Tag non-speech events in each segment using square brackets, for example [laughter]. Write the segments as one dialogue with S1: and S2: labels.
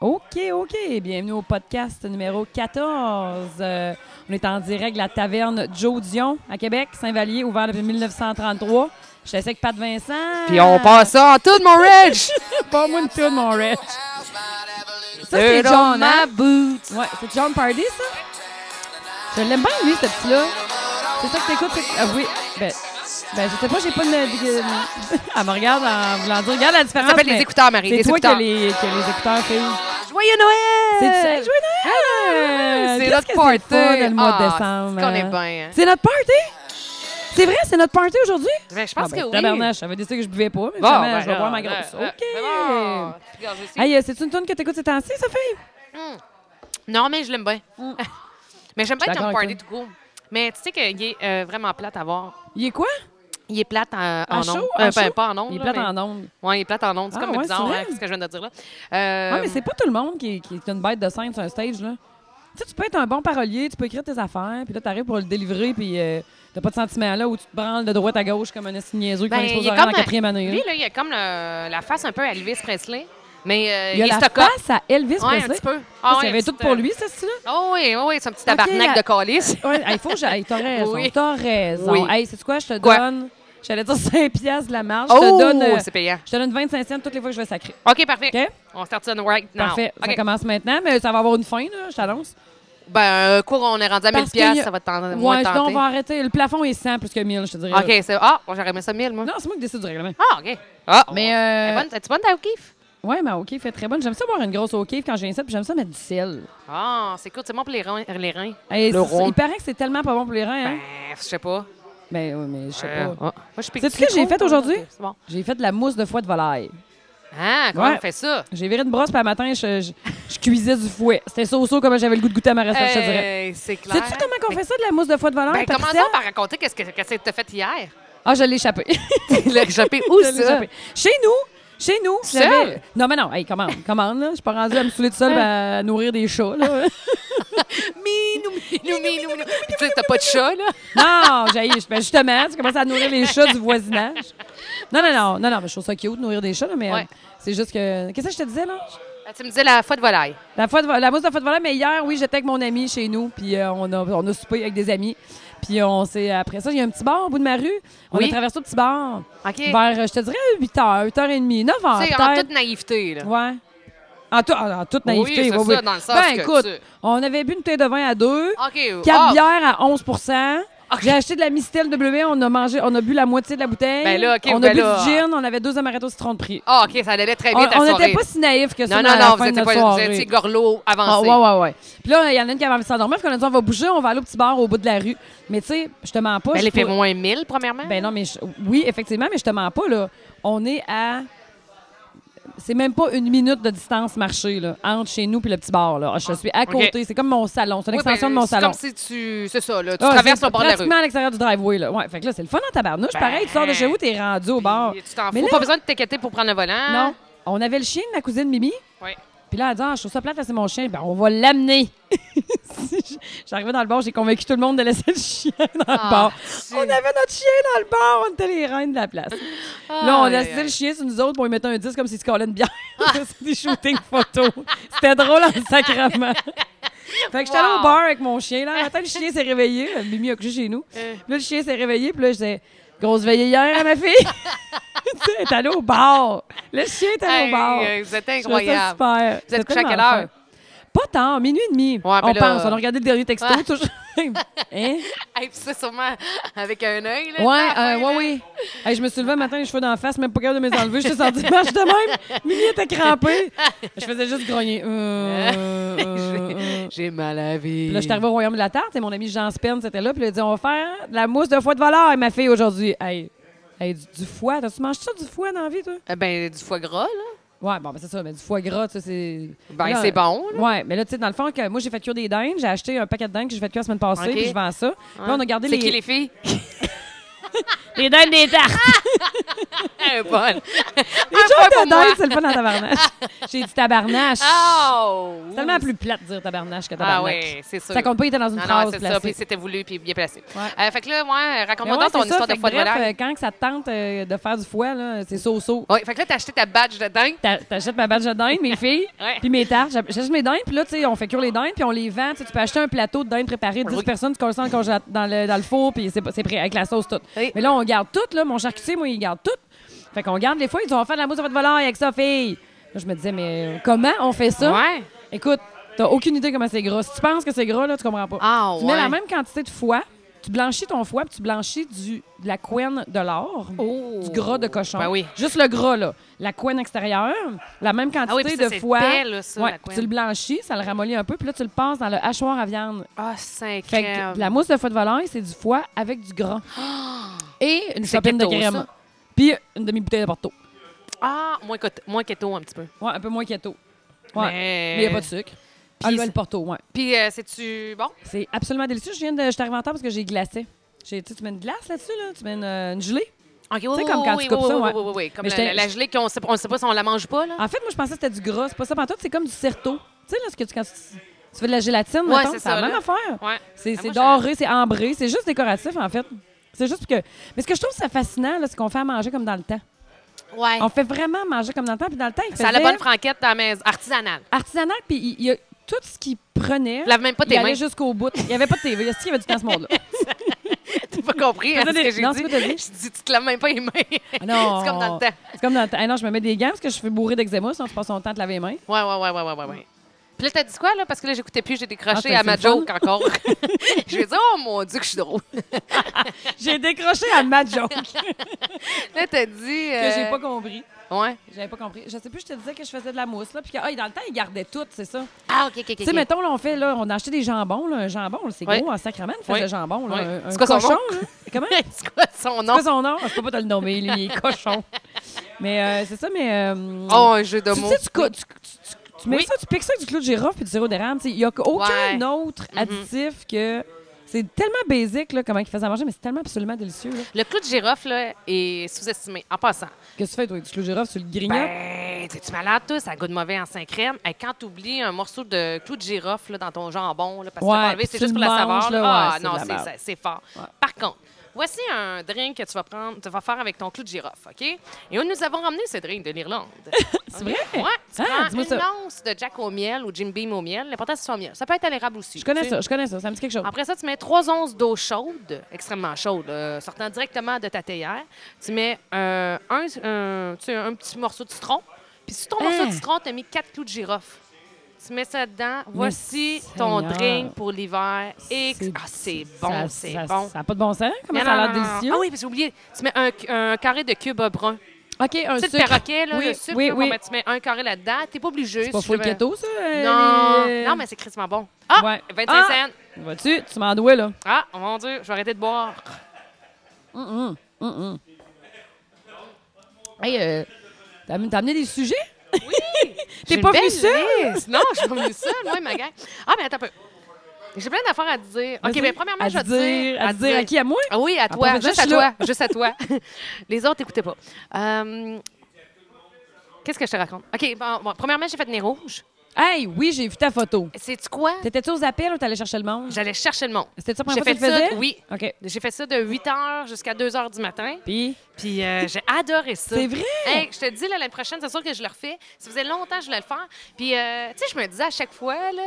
S1: OK, OK. Bienvenue au podcast numéro 14. Euh, on est en direct de la taverne Joe Dion à Québec, Saint-Vallier, ouvert depuis 1933. Je suis avec Pat Vincent.
S2: Puis on passe ça en tout, mon
S1: [laughs]
S2: Rich!
S1: Pas moi une toune, mon Rich. Ça, c'est
S2: Dirt on
S1: John. hein?
S2: my boots.
S1: Ouais, c'est John Pardy, ça? Je l'aime bien, lui, ce petit-là. C'est ça que t'écoutes? c'est- Ah oui. Ben, ben, je sais pas, j'ai pas une... [laughs] Elle me regarde en voulant dire, regarde la différence.
S2: Ça s'appelle
S1: mais
S2: les écouteurs, Marie.
S1: C'est
S2: Les
S1: toi qui
S2: écouteurs.
S1: as les, qui as les écouteurs, fille.
S2: Joyeux
S1: C'est
S2: Noël!
S1: du jouer Noël!
S2: C'est
S1: Euh, ah, Qu'est-ce
S2: notre
S1: que
S2: party.
S1: C'est le fun, le mois de
S2: Ah,
S1: décembre.
S2: c'est qu'on est
S1: hein?
S2: bien. hein.
S1: C'est notre party? C'est vrai, c'est notre party aujourd'hui?
S2: Mais je pense
S1: Ah ben,
S2: que oui.
S1: Tabarnache, j'avais dit ça que je buvais pas, mais
S2: Bon,
S1: finalement,
S2: ben
S1: je vais
S2: là,
S1: boire ma
S2: ben,
S1: grosse.
S2: ben,
S1: OK!
S2: ben bon. Tu gorges aussi.
S1: Hey, euh, c'est-tu une tune que t'écoutes ces temps-ci, Sophie?
S2: Non, [laughs] mais je l'aime bien.
S1: Mm.
S2: mais j'aime
S1: Je
S2: bien
S1: suis
S2: John
S1: d'accord
S2: Party
S1: avec
S2: tout court. Mais tu sais qu'il est euh, vraiment plate à voir.
S1: Il est quoi?
S2: Il est plate en,
S1: En
S2: en
S1: show,
S2: ondes.
S1: en
S2: Euh, ben,
S1: show?
S2: pas en ondes.
S1: Il est
S2: là,
S1: plate
S2: mais-
S1: en ondes.
S2: Ouais, il est plate en ondes. C'est
S1: Ah,
S2: comme
S1: ouais, c'est
S2: bizarre,
S1: vrai.
S2: hein, ce que je viens de dire là. Euh,
S1: Ouais, mais c'est pas tout le monde qui, qui est une bête de scène sur un stage, là. Tu sais, tu peux être un bon parolier, tu peux écrire tes affaires, puis là, t'arrives pour le délivrer, puis euh, t'as pas de sentiment là où tu te branles de droite à gauche comme un esti niaiseux
S2: Ben,
S1: qui fait
S2: il est
S1: une en
S2: comme un-
S1: quatrième année.
S2: Lui,
S1: là.
S2: là, il a comme le- la face un peu à Elvis Presley, mais euh,
S1: Il y a
S2: est
S1: la
S2: stock-up.
S1: face à Elvis
S2: Ouais, un
S1: Presley.
S2: petit peu.
S1: Ah,
S2: ouais,
S1: il y
S2: un
S1: avait
S2: petit,
S1: tout pour
S2: euh,
S1: lui, ça, style-là?
S2: Oh oui, oui, oui, c'est un petit tabarnak
S1: la-
S2: de calice.
S1: Ouais, hey, faut que j'aille.
S2: [laughs]
S1: T'as raison.
S2: Oui.
S1: T'as raison.
S2: Oui.
S1: Hey, c'est quoi? Je te
S2: Quoi?
S1: donne. J'allais dire 5 piastres de la marge. Je
S2: Oh,
S1: te donne. euh,
S2: c'est payant.
S1: je te donne 25 cents toutes les fois que je vais sacrer.
S2: OK, parfait.
S1: OK?
S2: On start ça right now.
S1: Parfait. Ça
S2: OK.
S1: commence maintenant, mais ça va avoir une fin, là, je t'annonce.
S2: Ben, euh, cours, on est rendu à 1000
S1: Parce qu'il y
S2: piastres,
S1: a-
S2: ça va te tenter.
S1: Ouais,
S2: moins
S1: je- on
S2: tenter.
S1: va arrêter. Le plafond est 100 plus que 1000, je te dirais.
S2: OK, c'est... Ah, moi, j'aurais aimé ça 1000, moi.
S1: Non, c'est moi qui décide du règlement.
S2: Ah, OK. Ah,
S1: Mais,
S2: Elle est
S1: euh,
S2: bonne. Es-tu bonne, ta O'Keeffe?
S1: ouais, ma OK fait très bonne. J'aime ça boire une grosse OK quand j'ai ça, puis j'aime ça mettre du sel.
S2: Ah, c'est cool, c'est bon pour les reins. Les reins.
S1: Hey,
S2: Le
S1: c'est-
S2: rond.
S1: il paraît que c'est tellement pas bon pour les reins, hein?
S2: Ben, je sais pas.
S1: Ben, oui, mais je sais
S2: Euh,
S1: pas.
S2: ah. Moi, je pique
S1: Sais-tu
S2: du
S1: ce que j'ai
S2: micro,
S1: fait
S2: hein?
S1: aujourd'hui?
S2: OK, C'est bon.
S1: J'ai fait de la mousse de foie de volaille.
S2: Ah, comment
S1: Ouais.
S2: on fait ça?
S1: J'ai viré une brosse, puis le matin, je, je, je cuisais du fouet. C'était ça au saut, comme j'avais le goût de goûter à ma recette, je te dirais.
S2: Euh, c'est clair.
S1: Sais-tu comment on fait ça de la mousse de foie de volaille,
S2: Ben,
S1: Patricia?
S2: commençons par raconter qu'est-ce que tu as
S1: [laughs]
S2: fait hier.
S1: Ah, je l'ai
S2: [laughs]
S1: échappé.
S2: Il a échappé où,
S1: Je l'ai échappé. Chez nous, chez nous,
S2: Seul?
S1: j'avais- Non, mais non, hey, commande, commande, là. Je suis pas rendue à me saouler de seule ben, à nourrir des chats, là. [laughs]
S2: Minou, minou, minou, minou. Puis Tu sais, t'as pas de chat, là?
S1: non, j'ai, ben, justement, tu commences à nourrir les chats du voisinage. Non, non, non, non, non, mais je trouve ça cute, nourrir des chats, là, mais euh,
S2: Ouais.
S1: c'est juste que. Qu'est-ce que je te disais, là?
S2: Ah, Tu me disais la fois de volaille.
S1: La, fois de vo- la mousse de faute volante, mais hier, oui, j'étais avec mon ami chez nous, puis euh, on, a, on a soupé avec des amis. Puis on s'est. Après ça, il y a un petit bar au bout de ma rue. On
S2: Oui.
S1: a traversé un petit bar.
S2: OK.
S1: Vers, euh, je te dirais, 8 h, 8 h 30, 9 h.
S2: Tu sais, en toute naïveté, là.
S1: Ouais. En, tout- en- en toute
S2: Oui,
S1: naïveté.
S2: c'est
S1: oui,
S2: ça,
S1: oui.
S2: dans le sens
S1: Ben,
S2: que
S1: écoute,
S2: tu-
S1: on avait bu une bouteille de vin à deux,
S2: OK.
S1: quatre
S2: ah,
S1: bières à 11 J'ai acheté de la Mistel W, on a mangé, on a bu la moitié de la bouteille.
S2: Ben là, OK,
S1: on a
S2: ben
S1: bu
S2: là.
S1: du gin, on avait deux amaretto citron de prix.
S2: Ah, OK, ça allait très
S1: On
S2: bien, ta
S1: on
S2: soirée.
S1: n'était pas si naïfs que ça
S2: Non,
S1: dans
S2: non,
S1: la
S2: non, vous
S1: fin de
S2: étiez
S1: notre
S2: pas vous
S1: soirée.
S2: étiez gorlot
S1: Ah,
S2: avancé. Ben,
S1: ouais, ouais, ouais. Puis là, il y en a une qui avait envie de s'endormir, puis qu'on a dit on va bouger, on va aller au petit bar au bout de la rue. Mais tu sais, je te mens pas.
S2: Ben,
S1: je
S2: elle fait
S1: pour-
S2: moins 1000, premièrement.
S1: Ben non, mais je- oui, effectivement, mais je te mens pas, là. On est à. C'est même pas une minute de distance marchée, là, entre chez nous puis le petit bar, là. Ah, Je suis à côté. C'est comme mon salon. C'est une
S2: Ah, Oui, ben,
S1: extension de mon
S2: c'est
S1: salon.
S2: comme si tu... C'est ça, là. Tu
S1: Ah,
S2: traverses
S1: c'est
S2: le bord de la rue. Ben.
S1: Pratiquement à l'extérieur du driveway, là. Ouais, fait que là, c'est le fun en tabarnouche. Pareil, tu sors de chez vous, t'es rendu au bar.
S2: Tu t'en
S1: Mais
S2: fous.
S1: là-
S2: Pas besoin de t'inquiéter pour prendre le volant.
S1: Non. On avait le chien de ma cousine Mimi.
S2: Oui.
S1: Puis là, elle dit, ah, je trouve ça plate, là, c'est mon chien. Ben, on va l'amener. [laughs] Si je- J'arrivais dans le bar, j'ai convaincu tout le monde de laisser le chien dans
S2: Ah,
S1: le bar.
S2: tu-
S1: On avait notre chien dans le bar, on était les reines de la place. là, on
S2: Aïe,
S1: laissait
S2: aïe. Ah.
S1: le chien sur nous autres pour lui mettre un 10 comme s'il se collait une bière. [laughs] C'est des shootings photos. C'était drôle en
S2: [laughs]
S1: sacrement. Fait que j'étais allée
S2: Wow.
S1: au bar avec mon chien. Là, matin, le chien s'est réveillé. Euh, Mimi a couché chez nous.
S2: Euh.
S1: Puis là, le chien s'est réveillé. Puis là, j'étais grosse veillée hier à ma fille. [laughs] Tu sais, elle est allée au bar. Le chien est allé
S2: Hey,
S1: au bar.
S2: euh, Vous êtes
S1: Je trouvais ça
S2: incroyable.
S1: super.
S2: Vous êtes
S1: C'était
S2: couché à quelle
S1: tellement
S2: heure?
S1: le fun. Pas tant, minuit et demi.
S2: Ouais,
S1: on
S2: mais là-
S1: pense, on a regardé le dernier
S2: [laughs]
S1: texto.
S2: Ouais.
S1: toujours. Hein?
S2: Hey, puis ça, sûrement [laughs] avec un œil. là,
S1: Ouais,
S2: à la
S1: euh,
S2: fin,
S1: ouais,
S2: là.
S1: oui. Hey, je me suis levée le matin, les cheveux d'en face, même pas capable de me les enlever. Je suis sortie de marche de même. Mimi était crampée. Je faisais juste grogner. Euh, euh,
S2: [laughs]
S1: euh.
S2: J'ai mal à la vie.
S1: Puis Là, je suis arrivée au Royaume de la Tarte et mon ami Jean Spen, c'était là. Puis il a dit On va faire de la mousse de foie de valeur, ma fille, aujourd'hui. Hey, hey, du, du foie. Toi, tu manges ça du foie dans la vie, toi
S2: Euh, Ben, du foie gras, là.
S1: Ouais, bon, ben, c'est ça. Mais du foie gras, ça, c'est.
S2: Ben,
S1: Là,
S2: c'est bon, là.
S1: Ouais, mais là, tu sais, dans le fond, que moi, j'ai fait cuire des dindes. J'ai acheté un paquet de dindes que j'ai fait cuire la semaine passée,
S2: OK.
S1: puis je vends ça. Puis là, on a gardé
S2: C'est
S1: les.
S2: qui, les filles?
S1: Les dindes des tartes.
S2: Ah, Elle est bonne.
S1: Les jokes de dindes, c'est le fun dans tabarnache.
S2: [laughs]
S1: J'ai dit tabarnache.
S2: Oh!
S1: C'est tellement plus plate de dire tabarnache que tabarnak.
S2: Ah oui, c'est sûr.
S1: Ça compte pas, il était dans une
S2: Non, non,
S1: phrase
S2: c'est ça.
S1: placée.
S2: Puis c'était voulu, puis bien placé.
S1: Ouais.
S2: Euh, fait que là, ouais,
S1: Mais
S2: raconte-moi
S1: ouais,
S2: donc ton
S1: c'est ça.
S2: histoire
S1: Fait
S2: de
S1: que
S2: foie de
S1: bref,
S2: volaille.
S1: euh, Quand que ça te tente euh, de faire du foie, là, c'est so-so.
S2: Oui, fait que là, t'as acheté ta badge de dingue.
S1: T'a- T'achètes ma badge de dinde, mes filles,
S2: Ouais.
S1: puis mes tartes. J'ach- J'achète mes dindes, puis là, tu sais, on fait cuire les dindes, puis on les vend. Tu sais, tu peux acheter un plateau de dindes préparées, 10
S2: Ah Oui.
S1: personnes, tu colles ça dans le congéla- dans le, dans le four, puis c'est c'est prêt avec la sauce toute.
S2: Oui.
S1: Mais là, on garde tout, là. Mon charcutier, moi, il garde tout. Fait qu'on garde les fois, ils ont fait de la mousse à votre volaille avec ça, fille. Là, je me disais, mais comment on fait ça?
S2: Ouais.
S1: Écoute, t'as aucune idée comment c'est gras. Si tu penses que c'est gras, là, tu comprends pas.
S2: Ah,
S1: Tu mets
S2: ouais.
S1: la même quantité de foie, tu blanchis ton foie, puis tu blanchis du, de la couenne de l'or,
S2: Oh.
S1: du gras de cochon.
S2: Ben oui.
S1: Juste le gras, là. La couenne extérieure, la même quantité
S2: Ah oui, puis ça,
S1: de
S2: c'est
S1: foie.
S2: épais, là, ça,
S1: Ouais,
S2: la
S1: puis
S2: couenne.
S1: tu le blanchis, ça le ramollit un peu, puis là, tu le passes dans le hachoir à viande.
S2: Ah, cinq.
S1: Fait que de la mousse de foie de volaille, c'est du foie avec du
S2: [gasps]
S1: gras. Et une
S2: C'est
S1: chopine de
S2: keto,
S1: crème.
S2: ça.
S1: Puis une demi-bouteille de porto.
S2: Ah, moins, keto- moins keto un petit peu.
S1: Ouais, un peu moins keto. Ouais.
S2: Mais-
S1: Mais il n'y a pas de sucre. Ah,
S2: Puis
S1: l'huile
S2: ça-
S1: porto, ouais.
S2: Puis, euh, c'est-tu bon?
S1: C'est absolument délicieux. Je viens de. Je suis arrivée en retard parce que j'ai glacé. J'ai, tu sais, tu mets une glace là-dessus, là? Tu mets une, euh, une gelée?
S2: Ok, oui,
S1: sais,
S2: oui,
S1: comme quand
S2: oui,
S1: tu coupes
S2: oui,
S1: ça,
S2: oui,
S1: ouais.
S2: oui, oui, oui, Comme
S1: Mais
S2: la,
S1: j'étais-
S2: la- la gelée qu'on sait, on sait pas si on la mange pas, là.
S1: En fait, moi, je pensais que c'était du gras. C'est pas ça pantoute, c'est comme du certeau. Tu sais, là, ce que tu, quand tu, tu fais de la gélatine,
S2: Ouais,
S1: mettons,
S2: c'est
S1: c'est la
S2: ça,
S1: même
S2: là.
S1: affaire.
S2: Ouais.
S1: C'est,
S2: Ah,
S1: c'est
S2: moi,
S1: doré, c'est ambré. C'est juste décoratif, en fait. C'est juste que. Mais ce que je trouve ça fascinant, là, c'est qu'on fait à manger comme dans le temps.
S2: Ouais.
S1: On fait vraiment manger comme dans le temps. Puis dans le temps, il
S2: Ça a la
S1: faisait
S2: bonne franquette dans la maison, artisanale.
S1: artisanal, puis il, il y a tout ce qu'il prenait.
S2: Lave même pas
S1: il
S2: tes mains.
S1: allait jusqu'au bout. Il n'y avait pas de TV. Est-ce qu'il y avait du temps ce monde-là?
S2: T'as pas compris hein,
S1: Faisais
S2: ce
S1: des-
S2: que j'ai dit?
S1: non, c'est pas t'as dit.
S2: [laughs] Je dis, tu te laves même pas les mains.
S1: Ah non.
S2: [laughs] C'est comme dans le temps.
S1: C'est comme dans le temps. Ah non, je me mets des gants parce que je suis bourrée d'eczéma, sinon je passe mon temps de laver les
S2: [laughs]
S1: mains.
S2: Ouais, ouais, ouais, ouais, ouais, ouais, ouais. Puis là, t'as dit quoi, là? Parce que là, j'écoutais plus, j'ai
S1: Ah,
S2: décroché
S1: c'est-
S2: à ma
S1: c'est le fun.
S2: joke
S1: [laughs]
S2: encore. [laughs] je vais dire, oh mon Dieu, que je suis drôle.
S1: J'ai décroché à ma
S2: [laughs]
S1: joke
S2: Là, t'as dit.
S1: que j'ai
S2: euh,
S1: pas compris.
S2: Ouais.
S1: J'avais pas compris. Je sais plus, je te disais que je faisais de la mousse, là. Puis que, ah, dans le temps, ils gardaient tout, c'est ça.
S2: Ah, OK, OK, OK.
S1: Tu sais, mettons, là, on fait, là, on a acheté des jambons, là. Un jambon, là, c'est
S2: Ouais.
S1: gros, en sacrament, on fait
S2: Ouais.
S1: de jambon, là.
S2: Ouais.
S1: Un, un
S2: C'est quoi son
S1: cochon,
S2: nom? [laughs]
S1: là. Comment? C'est
S2: C'est quoi son nom?
S1: quoi son nom? Je peux pas te le nommer, lui, il est
S2: [laughs]
S1: cochon. Mais euh, c'est ça, mais. euh,
S2: Oh, un jeu de
S1: tu
S2: mots.
S1: sais, tu, cou- tu, tu- tu- tu mets
S2: Oui.
S1: ça, tu piques ça avec du clou de girafe puis du sirop d'érable. tu sais, Il n'y a aucun
S2: Ouais. Mm-hmm.
S1: autre additif que. C'est tellement basique, là, comment ils faisaient à manger, mais c'est tellement absolument délicieux. là.
S2: Le clou de girofle là, est sous-estimé. En passant.
S1: Qu'est-ce que tu fais, toi, avec du clou de girafe, tu le grignotes?
S2: Ben, t'es-tu malade, toi? Ça goûte mauvais en cinq crème. Hey, quand t'oublies un morceau de clou de girofle là, dans ton jambon, là, parce que
S1: Ouais,
S2: t'as pas enlevé,
S1: puis
S2: c'est
S1: tu
S2: juste pour
S1: le
S2: la saveur.
S1: manges, là,
S2: là.
S1: ouais,
S2: ah,
S1: c'est
S2: non,
S1: de la
S2: c'est-
S1: merde.
S2: c'est- c'est fort.
S1: Ouais.
S2: Par contre, voici un drink que tu vas prendre, tu vas faire avec ton clou de girofle, OK? Et nous avons ramené ce drink de l'Irlande.
S1: [laughs] C'est vrai?
S2: Ouais, tu
S1: Ah,
S2: prends
S1: dis-moi
S2: une
S1: ça.
S2: once de Jack au miel ou Jim Beam au miel. L'important, c'est que ce soit au miel. Ça peut être à l'érable aussi.
S1: Je connais
S2: tu sais. Ah,
S1: ça, je connais ça, ça me dit quelque chose.
S2: Après ça, tu mets trois onces d'eau chaude, extrêmement chaude, euh, sortant directement de ta théière. Tu mets euh, un, un- tu sais, un petit morceau de citron. Puis sur ton
S1: Hein?
S2: morceau de citron, tu as mis quatre clous de girofle. Tu mets ça dedans. Voici ton
S1: Seigneur.
S2: drink pour l'hiver. Et- Ah, c'est bon,
S1: ça-
S2: c'est
S1: ça-
S2: bon.
S1: Ça n'a pas de bon sens, hein, comment
S2: Non,
S1: ça a
S2: non,
S1: l'air
S2: non, non.
S1: délicieux.
S2: Ah oui, puis j'ai oublié. Tu mets un, un carré de cube brun.
S1: OK, un
S2: Tu sais,
S1: sucre.
S2: le perroquet, là,
S1: oui,
S2: le sucre,
S1: oui,
S2: là,
S1: oui.
S2: bon, ben, tu mets un carré là-dedans. T'es pas obligé.
S1: C'est pas
S2: si
S1: full
S2: tu veux.
S1: keto, ça? euh,
S2: Non,
S1: les-
S2: non, mais c'est crissement bon. Ah,
S1: Ouais.
S2: 25
S1: Ah!
S2: cents.
S1: Vois-tu, tu m'en dois, là.
S2: Ah, mon Dieu, je vais arrêter de boire.
S1: Hey, euh, t'as amené t'as amené des sujets? [laughs] T'es
S2: J'ai
S1: pas
S2: une belle
S1: venue seule?
S2: liste. Non, je suis pas venue seule, moi, ma gang. Ah, mais attends un peu. J'ai plein d'affaires à te dire. OK,
S1: Vas-y.
S2: mais premièrement,
S1: À
S2: je vais
S1: te
S2: te dire...
S1: À te dire à qui? À moi?
S2: Ah oui, à toi,
S1: part ça,
S2: juste
S1: je
S2: à
S1: suis
S2: toi, juste à toi. [laughs] Les autres, écoutez pas. Euh, Qu'est-ce que je te raconte? OK, bon, bon, premièrement, j'ai fait des rouges.
S1: Hey, oui, j'ai vu ta photo.
S2: Sais-tu quoi?
S1: T'étais-tu aux appels ou t'allais chercher le monde?
S2: J'allais chercher le monde.
S1: C'était ça la première fois
S2: J'ai
S1: que tu
S2: fait
S1: le
S2: ça,
S1: faisais?
S2: oui.
S1: OK.
S2: J'ai fait ça de 8 h jusqu'à 2 h du matin.
S1: Puis,
S2: Puis euh, j'ai adoré ça.
S1: C'est vrai?
S2: Hey, je te dis, là, l'année prochaine, c'est sûr que je le refais. Ça faisait longtemps que je voulais le faire. Puis, euh, tu sais, je me disais à chaque fois, là.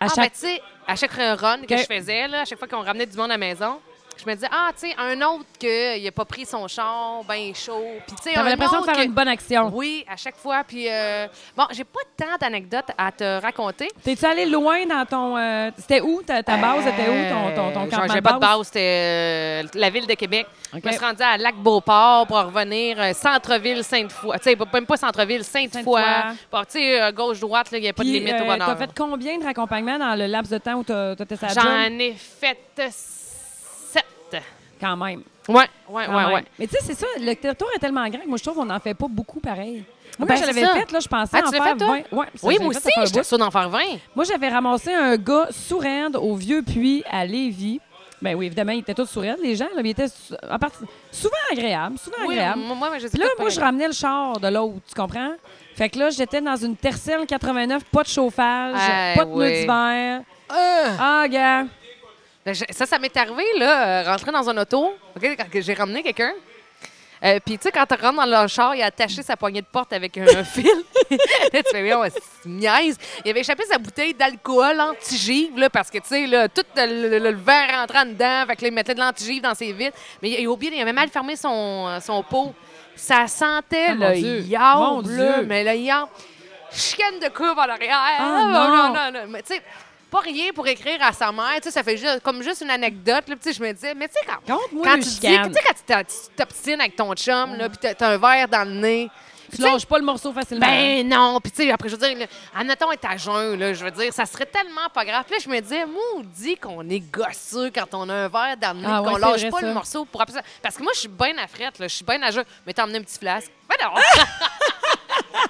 S1: À
S2: ah,
S1: chaque-
S2: ben, tu sais, à chaque run que
S1: Ok.
S2: je faisais, là, à chaque fois qu'on ramenait du monde à la maison, je me disais, ah, tu sais, un autre qu'il n'a pas pris son char, ben chaud. Puis, tu sais, un
S1: t'avais l'impression de
S2: autre
S1: faire
S2: que-
S1: une bonne action.
S2: Oui, à chaque fois. Puis, euh, bon, j'ai pas tant d'anecdotes à te raconter.
S1: T'es-tu allé loin dans ton. euh, C'était où? Ta, ta base était où? Ton, ton, ton
S2: Euh,
S1: campement
S2: genre,
S1: de
S2: J'ai pas de
S1: base?
S2: base, c'était euh, la ville de Québec.
S1: OK.
S2: Je me suis rendue à Lac-Beauport pour revenir euh, centre-ville, Sainte-Foy. Tu sais, pas- même pas centre-ville, Sainte-Foy.
S1: Sainte-Foy.
S2: Bon, tu sais, euh, gauche-droite, il n'y a pas de
S1: Puis,
S2: limite
S1: euh,
S2: au bonheur.
S1: T'as fait combien de raccompagnements dans le laps de temps où t'as t'as testé la job?
S2: J'en ai fait euh, sept.
S1: Quand même.
S2: Ouais, ouais,
S1: quand
S2: ouais,
S1: même.
S2: ouais.
S1: Mais tu sais, c'est ça, le territoire est tellement grand que moi, je trouve qu'on n'en fait pas beaucoup pareil. Moi,
S2: ben,
S1: quand je l'avais
S2: c'est ça.
S1: fait, là, je pensais
S2: Ah,
S1: en
S2: tu l'as
S1: faire
S2: fait, toi?
S1: 20. Ouais, ça,
S2: Oui,
S1: je l'ai
S2: moi
S1: fait,
S2: aussi,
S1: ça fait un
S2: j'étais
S1: bout.
S2: sûre d'en faire 20.
S1: Moi, j'avais ramassé un gars sourd au vieux puits à Lévis. Ben oui, évidemment, ils étaient tous souriants, les gens. Là, mais ils étaient sou- en partie- souvent agréables, souvent
S2: Oui,
S1: agréables.
S2: moi, moi, je les
S1: Puis là,
S2: écoute
S1: moi,
S2: pareil.
S1: je ramenais le char de l'autre, tu comprends? Fait que là, j'étais dans une Tercel 89, pas de chauffage,
S2: Eh
S1: pas de pneus
S2: oui.
S1: d'hiver.
S2: Ah!
S1: Ah, gars!
S2: Ben, je- Ça, ça m'est arrivé, là, euh, rentrer dans un auto, OK, quand que j'ai ramené quelqu'un. Euh, Puis, tu sais, quand tu rentres dans leur char, il a attaché sa poignée de porte avec un, un fil. [laughs] Là, tu fais, mais on niaise. Il avait échappé sa bouteille d'alcool anti-give, là, parce que, tu sais, là, tout le, le- le- le verre rentrant dedans, fait que, là, il mettait de l'anti-give dans ses vitres. Mais il, il a oublié, il avait mal fermé son, euh, son pot. Ça sentait,
S1: Ah, mon
S2: le
S1: Dieu. Mon
S2: yard, là,
S1: Dieu.
S2: mais le yard. Chienne de couve à l'arrière.
S1: Ah,
S2: non,
S1: non.
S2: non, non. Mais, tu sais, pas rien pour écrire à sa mère. Tu sais, ça fait juste, comme juste une anecdote. Là, Puis, tu sais, je me disais, mais tu sais, quand,
S1: Conte-moi
S2: quand
S1: une
S2: tu dis, tu
S1: chicane.
S2: sais, quand tu t'a- tu t'obstines avec ton chum, là, puis t'as t'as un verre dans le nez. Puis,
S1: Tu
S2: tu sais,
S1: lâches pas le morceau facilement.
S2: ben non, puis tu sais, après, je veux dire, là, admettons être à jeun, là, je veux dire, ça serait tellement pas grave. Puis là, je me disais, maudit qu'on est gosseux quand on a un verre dans le nez,
S1: Ah
S2: qu'on
S1: ouais, c'est
S2: lâche
S1: vrai,
S2: pas
S1: ça.
S2: le morceau pour après ça. Parce que moi, je suis bien à frette, là, je suis bien à jeun. Mais t'as emmené un
S1: [laughs]
S2: petit flasque. Ben non! [laughs]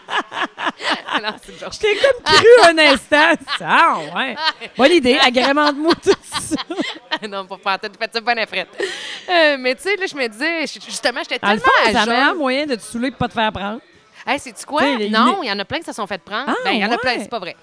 S2: non, c'est une joke.
S1: Je t'ai comme cru un instant. [laughs] Ah, ouais. Bonne idée, agrémente-moi tout ça.
S2: [laughs] non, pour faire tête, faites ça bonne frette. Euh, mais tu sais, là, je me disais, j- justement, j'étais
S1: Dans le
S2: tellement
S1: fond, c'est
S2: à
S1: le meilleur
S2: jeune.
S1: moyen de te saouler et pas te faire prendre.
S2: Hey, c'est-tu quoi?
S1: Tu sais, il-
S2: non, il y en a plein qui se sont fait prendre.
S1: Ah,
S2: ben, il y en a
S1: ouais.
S2: plein, c'est pas vrai.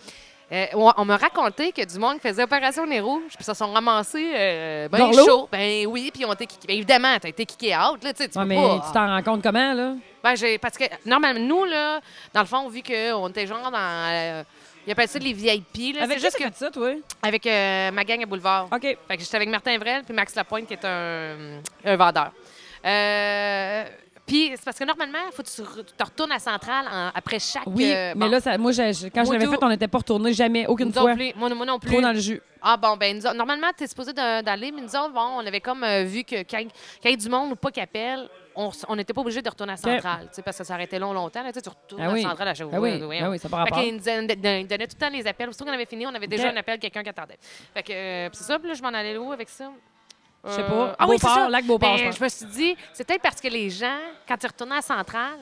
S2: Euh, on on m'a raconté que du monde qui faisait Opération Nez Rouge, puis se sont ramassés euh, ben
S1: Dans l'eau?
S2: chaud. Ben oui, puis ils ont été kickés. Ben, évidemment, t'as été kické out, là, tu sais, tu
S1: Ouais,
S2: peux
S1: mais
S2: pas.
S1: tu t'en rends compte comment, là?
S2: Ben, j'ai, parce que, normalement, nous, là, dans le fond, vu qu'on était genre dans... euh, ils appellent ça les VIP, là.
S1: Avec
S2: c'est juste que...
S1: que ça, toi?
S2: Avec euh, ma gang à Boulevard.
S1: OK.
S2: Fait que j'étais avec Martin Vrel puis Max Lapointe qui est un, un vendeur. Euh, puis c'est parce que normalement, il faut que tu re- te retournes à Centrale en- après chaque.
S1: Oui,
S2: euh,
S1: mais
S2: bon.
S1: là, ça- moi, j'ai- j'ai- quand je
S2: Moi
S1: l'avais
S2: tout.
S1: fait, on n'était pas retourné jamais, aucune
S2: Nous
S1: fois.
S2: autres, plus. Moi, moi non plus.
S1: Trop dans le jus.
S2: Ah bon, ben nous autres- normalement, t'es supposé de- d'aller, mais nous autres, bon, on avait comme euh, vu que quand quand il y a du monde ou pas qui appelle, on s- on n'était pas obligé de retourner à Centrale, tu sais, parce que ça arrêtait long, longtemps. Là, tu sais, tu retournes
S1: Ben, Ah oui.
S2: à Centrale à chaque
S1: Ah oui,
S2: Ouais, ouais.
S1: ah oui, ça part
S2: Fait
S1: rapport.
S2: qu'il nous donnait- donnait- donnait tout le temps les appels. Surtout qu'on avait fini, on avait déjà
S1: Ok.
S2: un appel, quelqu'un qui attendait. Fait que euh, c'est ça, puis là, je m'en allais où avec ça?
S1: Je sais
S2: Euh,
S1: pas.
S2: Ah oui, c'est
S1: Beauport,
S2: ça.
S1: lac Beauport,
S2: Ben,
S1: je pense.
S2: je me suis dit, c'est peut-être parce que les gens, quand ils retournaient à Centrale,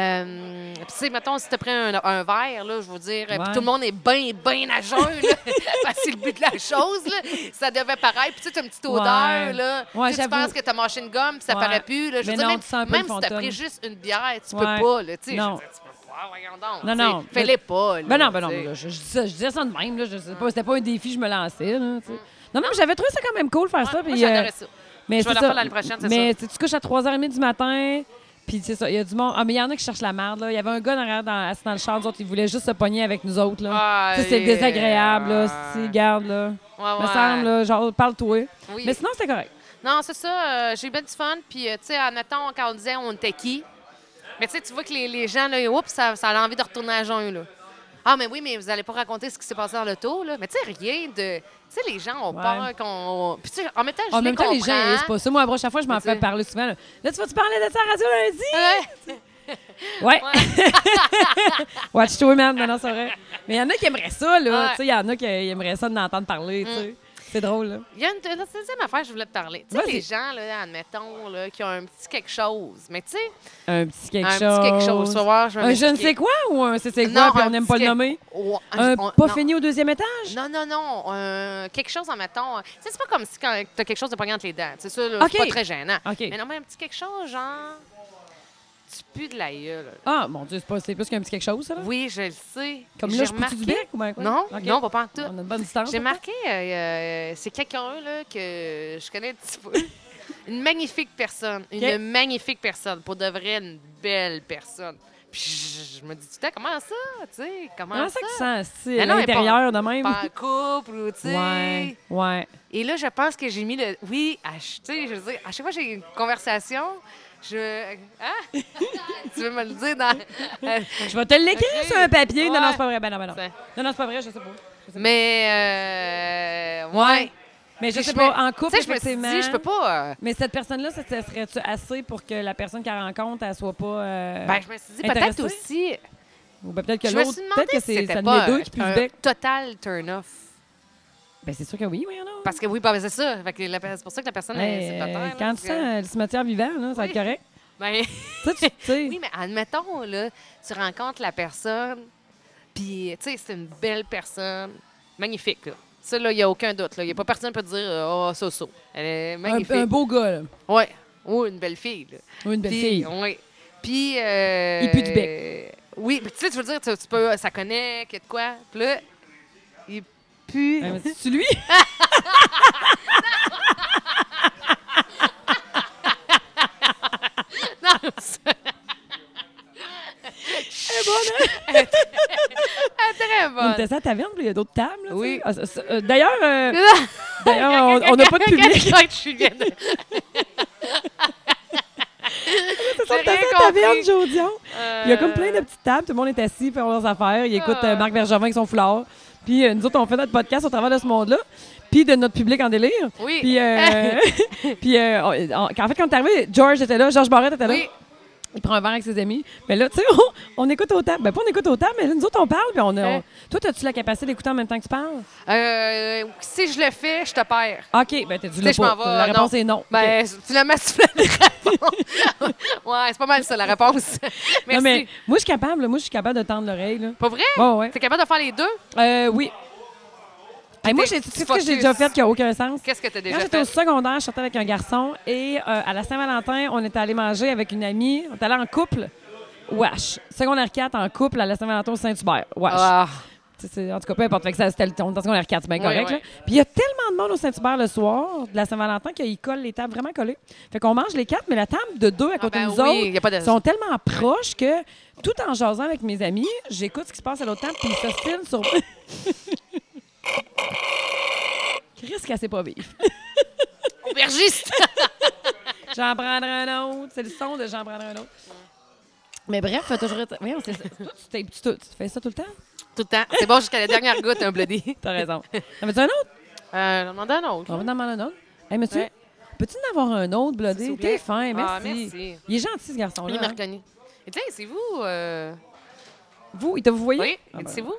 S2: euh, puis tu sais, mettons, si tu pris un, un verre, là, je veux dire, puis
S1: Ouais.
S2: tout le monde est bien, bien à jeun, là, [laughs] parce que c'est le but de la chose, là. ça devait pareil, puis tu sais, t'as une petite odeur,
S1: Ouais.
S2: là,
S1: Ouais,
S2: Tu sais, tu
S1: j'avoue.
S2: penses que t'as mangé une gomme, puis ça
S1: Ouais.
S2: paraît plus, là, je veux
S1: Mais
S2: dire,
S1: non,
S2: même,
S1: tu sens un peu
S2: même
S1: le
S2: si t'as
S1: fantôme.
S2: pris juste une bière, tu
S1: Ouais.
S2: peux pas, là, tu sais, je
S1: Non.
S2: veux dire, tu peux pas, voyons donc,
S1: Non,
S2: tu sais.
S1: non.
S2: fais-les pas, là,
S1: Ben non, ben non,
S2: tu sais.
S1: mais là, je, je dis ça, je disais ça de même, là, je sais pas, c'était pas un défi, je me lançais, là, tu sais. Non, non, mais j'avais trouvé ça quand même cool faire ça.
S2: Mm. Ouais, moi,
S1: puis,
S2: j'adorais
S1: euh,
S2: ça.
S1: Mais c'est
S2: Je vais le
S1: ça.
S2: refaire l'année prochaine, c'est
S1: Mais tu tu couches à 3h30 du matin, puis c'est ça, il y a du monde. Ah, mais il y en a qui cherchent la merde, là. Il y avait un gars derrière dans, assis dans le char, nous autres, il voulait juste se pogner avec nous autres, là.
S2: Ah,
S1: ça, c'est
S2: et-
S1: désagréable, là.
S2: Ouais,
S1: Si, garde, là. Me
S2: ouais.
S1: semble, là, genre, parle-toi.
S2: Oui.
S1: Mais sinon, c'était correct.
S2: Non, c'est ça. euh, j'ai eu bien du fun. Puis, euh, tu sais, en attendant, quand on disait on était qui, mais tu sais, tu vois que les, les gens, là, oups, ça, ça a envie de retourner à jeun, là. Ah, mais oui, mais vous allez pas raconter ce qui s'est passé dans l'auto, là. Mais tu sais, rien de. Tu sais, les gens ont
S1: Ouais.
S2: peur qu'on. Puis, tu sais, en même temps, je
S1: En
S2: les
S1: même temps, les gens,
S2: comprends.
S1: ils haïssent pas ça. Moi, à la prochaine fois, je m'en
S2: Mais tu sais-
S1: fais parler souvent. Là, Là, tu vas-tu parler de ça à la radio lundi? [laughs] Ouais.
S2: Ouais.
S1: Watch to man, maintenant, c'est vrai. Mais il y en a qui aimeraient ça, là.
S2: Ouais. Mm.
S1: Tu sais, il y en a qui aimeraient ça d'entendre parler, tu sais. C'est drôle, là.
S2: Il y a une, une deuxième affaire que je voulais te parler. Tu sais,
S1: Vas-y.
S2: les gens, là, admettons, là, qui ont un petit quelque chose. Mais tu sais,
S1: Un petit quelque
S2: Un petit
S1: chose.
S2: quelque chose, tu vas voir, je vais
S1: un je ne
S2: m'expliquer.
S1: sais quoi ou un c'est c'est quoi, puis
S2: un
S1: on n'aime
S2: petit
S1: pas le
S2: quelque-
S1: nommer?
S2: Oh,
S1: Un
S2: on-
S1: pas
S2: non.
S1: fini au deuxième étage?
S2: Non, non, non. euh, quelque chose en mettons. Tu sais, c'est pas comme si quand t'as quelque chose de pogné entre les dents. C'est ça, là, c'est
S1: OK.
S2: pas très gênant.
S1: OK.
S2: Mais non, mais un petit quelque chose, genre. Tu pues de la gueule.
S1: Ah, mon Dieu, c'est pas- c'est plus qu'un petit quelque chose, ça, là?
S2: Oui, je le sais.
S1: Comme
S2: J'ai
S1: là, je pousse du bec ou bien quoi?
S2: Non,
S1: OK.
S2: non, pas pantoute.
S1: On a une bonne distance. hein.
S2: J'ai
S1: là.
S2: marqué, euh, euh, c'est quelqu'un là, que je connais un
S1: [laughs]
S2: petit peu. une magnifique personne. Une
S1: OK.
S2: magnifique personne. Pour de vrai, une belle personne. Puis je, je me dis tout le temps, comment ça? Tu sais, comment,
S1: Comment ça que tu sens, si,
S2: Mais
S1: à
S2: non, mais
S1: l'intérieur de même?
S2: Pas en couple ou tu sais.
S1: Ouais, ouais.
S2: Et là, je pense que j'ai mis le. Oui, à ch- tu sais, je veux dire, à chaque fois que j'ai une conversation, je. Hein? [laughs] tu veux me le dire
S1: [laughs]
S2: dans.
S1: Je vais te l'écrire
S2: Ok.
S1: sur un papier. Non, non,
S2: Ouais.
S1: c'est pas vrai. Ben non, ben non.
S2: C'est-
S1: Non, non, c'est pas vrai, je sais pas.
S2: Mais. euh,
S1: Ouais.
S2: ouais.
S1: Mais je
S2: Puis
S1: sais
S2: je
S1: pas,
S2: me-
S1: en couple,
S2: Tu sais, je me suis
S1: effectivement.
S2: dit, je peux pas. euh,
S1: Mais cette personne-là, ça, ça serait-tu assez pour que la personne qu'elle rencontre, elle soit pas. euh,
S2: Ben, je me suis dit, peut-être
S1: intéressée?
S2: aussi.
S1: Ou ben, peut-être que
S2: Je me suis
S1: l'autre. Peut-être
S2: demandé
S1: que
S2: si
S1: c'est ça
S2: c'était
S1: nous les
S2: pas
S1: deux
S2: un,
S1: qui puissent
S2: un
S1: bec.
S2: total turn-off.
S1: Ben, c'est sûr que oui, oui, non.
S2: Parce que oui, bah, c'est ça. Fait que la- C'est pour ça que la personne,
S1: Hey,
S2: elle, c'est pas
S1: euh,
S2: terre, là,
S1: quand
S2: parce
S1: tu
S2: que-
S1: sens euh, le cimetière vivant, là, ça va être
S2: Oui.
S1: correct.
S2: Ben,
S1: Ça, tu tu sais.
S2: [laughs] Oui, mais admettons, là, tu rencontres la personne, puis, tu sais, c'est une belle personne, magnifique, là. Ça, là, il n'y a aucun doute. Il n'y a pas personne qui peut dire Oh, so, so. Elle est
S1: Un,
S2: magnifique.
S1: un beau gars, là.
S2: Ouais. Ou une belle fille. là.
S1: Ou une belle
S2: Puis,
S1: fille.
S2: Oui. Puis. euh,
S1: Il pue du
S2: Oui, mais tu sais, tu veux dire, tu, tu peux, ça connaît, qu'il y a de quoi. Puis là, il pue.
S1: Ouais, Ben, mais C'est-tu
S2: [laughs]
S1: lui?
S2: Non, c'est-
S1: Eh, bon, hein?
S2: ah, très
S1: On
S2: bonne. [laughs]
S1: était à la taverne, puis il y a d'autres tables. là, tu
S2: Oui.
S1: sais. Ah, ça- ça- euh, D'ailleurs, euh,
S2: [laughs]
S1: d'ailleurs, Ah, on- on n'a
S2: n'a
S1: pas
S2: [laughs]
S1: de public.
S2: je suis bien.
S1: On était à
S2: rien
S1: la taverne,
S2: compris.
S1: Jodion. Puis Il y a comme
S2: Euh,
S1: plein de petites tables, tout le monde est assis, fait leurs affaires. Ils écoutent euh, Marc Bergevin avec son foulard. Puis euh, nous autres, on fait notre podcast au travers de ce monde-là, puis de notre public en délire.
S2: Oui.
S1: Puis,
S2: [laughs]
S1: euh, puis euh, on- en en fait, quand t'es arrivé, George était là, George Barrette était là.
S2: Oui.
S1: Il prend un verre avec ses amis. Mais là, tu sais, on, on écoute autant. Ben, pas on écoute autant, mais là, nous autres, on parle. Puis on, a-
S2: Hein?
S1: on- Toi, as-tu la capacité d'écouter en même temps que tu parles?
S2: Euh, si je le fais, je te perds.
S1: OK. Ben, t'as dit
S2: Tu
S1: là
S2: sais, je
S1: pas.
S2: m'en vais.
S1: La
S2: non.
S1: réponse est non. OK.
S2: Ben, finalement, tu fais la
S1: [laughs]
S2: réponse. ouais, c'est pas mal ça, la réponse. Merci.
S1: Non, mais moi, je suis capable. là. Moi, je suis capable de tendre l'oreille. Là.
S2: Pas vrai?
S1: Ouais, ouais.
S2: T'es capable de faire les deux?
S1: Euh, oui. Hey, moi,
S2: t'es-
S1: j'ai,
S2: tu
S1: tu sais ce que j'ai
S2: focus.
S1: déjà fait qui n'a aucun sens?
S2: Qu'est-ce que t'as
S1: Quand
S2: déjà
S1: j'étais au
S2: fait?
S1: secondaire, je sortais avec un garçon et euh, à la Saint-Valentin, on était allé manger avec une amie. On était allé en couple. Wesh. Secondaire 4 en couple à la Saint-Valentin au Saint-Hubert. Wesh.
S2: Ah,
S1: Tu sais, c'est- en tout cas, peu importe. Fait que ça, c'était le ton. Parce qu'on est quatre, c'est bien
S2: Oui,
S1: correct.
S2: oui.
S1: là. Puis il y a tellement de monde au Saint-Hubert le soir de la Saint-Valentin qu'ils collent les tables vraiment collées. Fait qu'on mange les quatre, mais la table de deux à côté
S2: ben
S1: de nous
S2: oui,
S1: autres
S2: y a pas de-
S1: sont tellement proches que tout en jasant avec mes amis, j'écoute ce qui se passe à l'autre table puis ils s'ostinent sur. [laughs] Chris, qu'elle sait pas vivre.
S2: aubergiste!
S1: J'en prendrai un autre. C'est le son de j'en prendrai un autre. Mais bref, faut toujours. être- Voyons, c'est ça. [laughs] Toi, tu t'es- tu- tu fais ça [laughs] tout le temps?
S2: Tout le temps. C'est bon jusqu'à la dernière goutte, un bloody.
S1: T'as [laughs] raison. T'en veux-tu un autre?
S2: Euh, j'en demande un autre.
S1: On va en demander un autre. Hey, monsieur,
S2: Ouais.
S1: peux-tu en avoir un autre,
S2: Ça
S1: Bloody?
S2: s'oublie.
S1: T'es fin, merci.
S2: Ah, merci.
S1: Il est gentil, ce garçon-là.
S2: Il m'a
S1: hein.
S2: reconnu. Et tiens, c'est vous? euh,
S1: Vous, il t'a vous voyez?
S2: Oui,
S1: Ah,
S2: Et
S1: ben,
S2: c'est vous?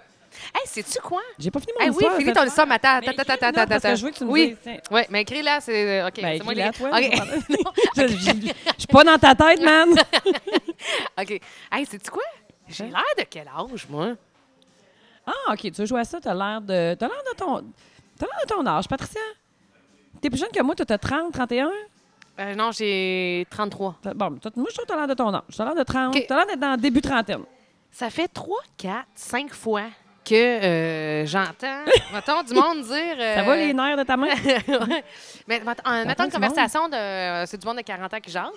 S2: Hey, c'est-tu quoi?
S1: J'ai pas fini mon
S2: Hey, oui,
S1: histoire.
S2: finis
S1: fait.
S2: ton histoire, mais attends, attends,
S1: Mais
S2: attends,
S1: écris-le,
S2: attends,
S1: non,
S2: attends,
S1: parce que
S2: attends.
S1: je veux que tu me
S2: oui.
S1: dises, tiens.
S2: Oui, mais écris-la, c'est... euh, OK,
S1: Ben,
S2: c'est moi
S1: écris-la,
S2: qui-
S1: toi, [laughs]
S2: OK.
S1: Je, je- je suis pas dans ta tête, man.
S2: [laughs]
S1: [laughs]
S2: OK. Hey, c'est-tu quoi?
S1: Hein?
S2: J'ai l'air de quel âge, moi?
S1: Ah, OK, tu veux jouer à ça, t'as l'air de... T'as l'air de ton... T'as l'air de ton âge, Patricia. T'es plus jeune que moi, toi, t'as 30, 31?
S2: Euh, non, j'ai 33.
S1: T'as- Bon, toi, moi, je trouve que t'as l'air de ton âge. T'as l'air de 30.
S2: OK.
S1: T'as l'air d'être dans le début trentaine.
S2: Ça fait 3, 4, 5 fois que
S1: [laughs]
S2: euh, j'entends, mettons, du monde dire... euh,
S1: Ça va, les nerfs de ta main?
S2: [laughs] Ouais. Mais mettons- en
S1: prend
S2: mettant une
S1: du monde.
S2: conversation, de, euh, c'est du monde de 40 ans qui genre.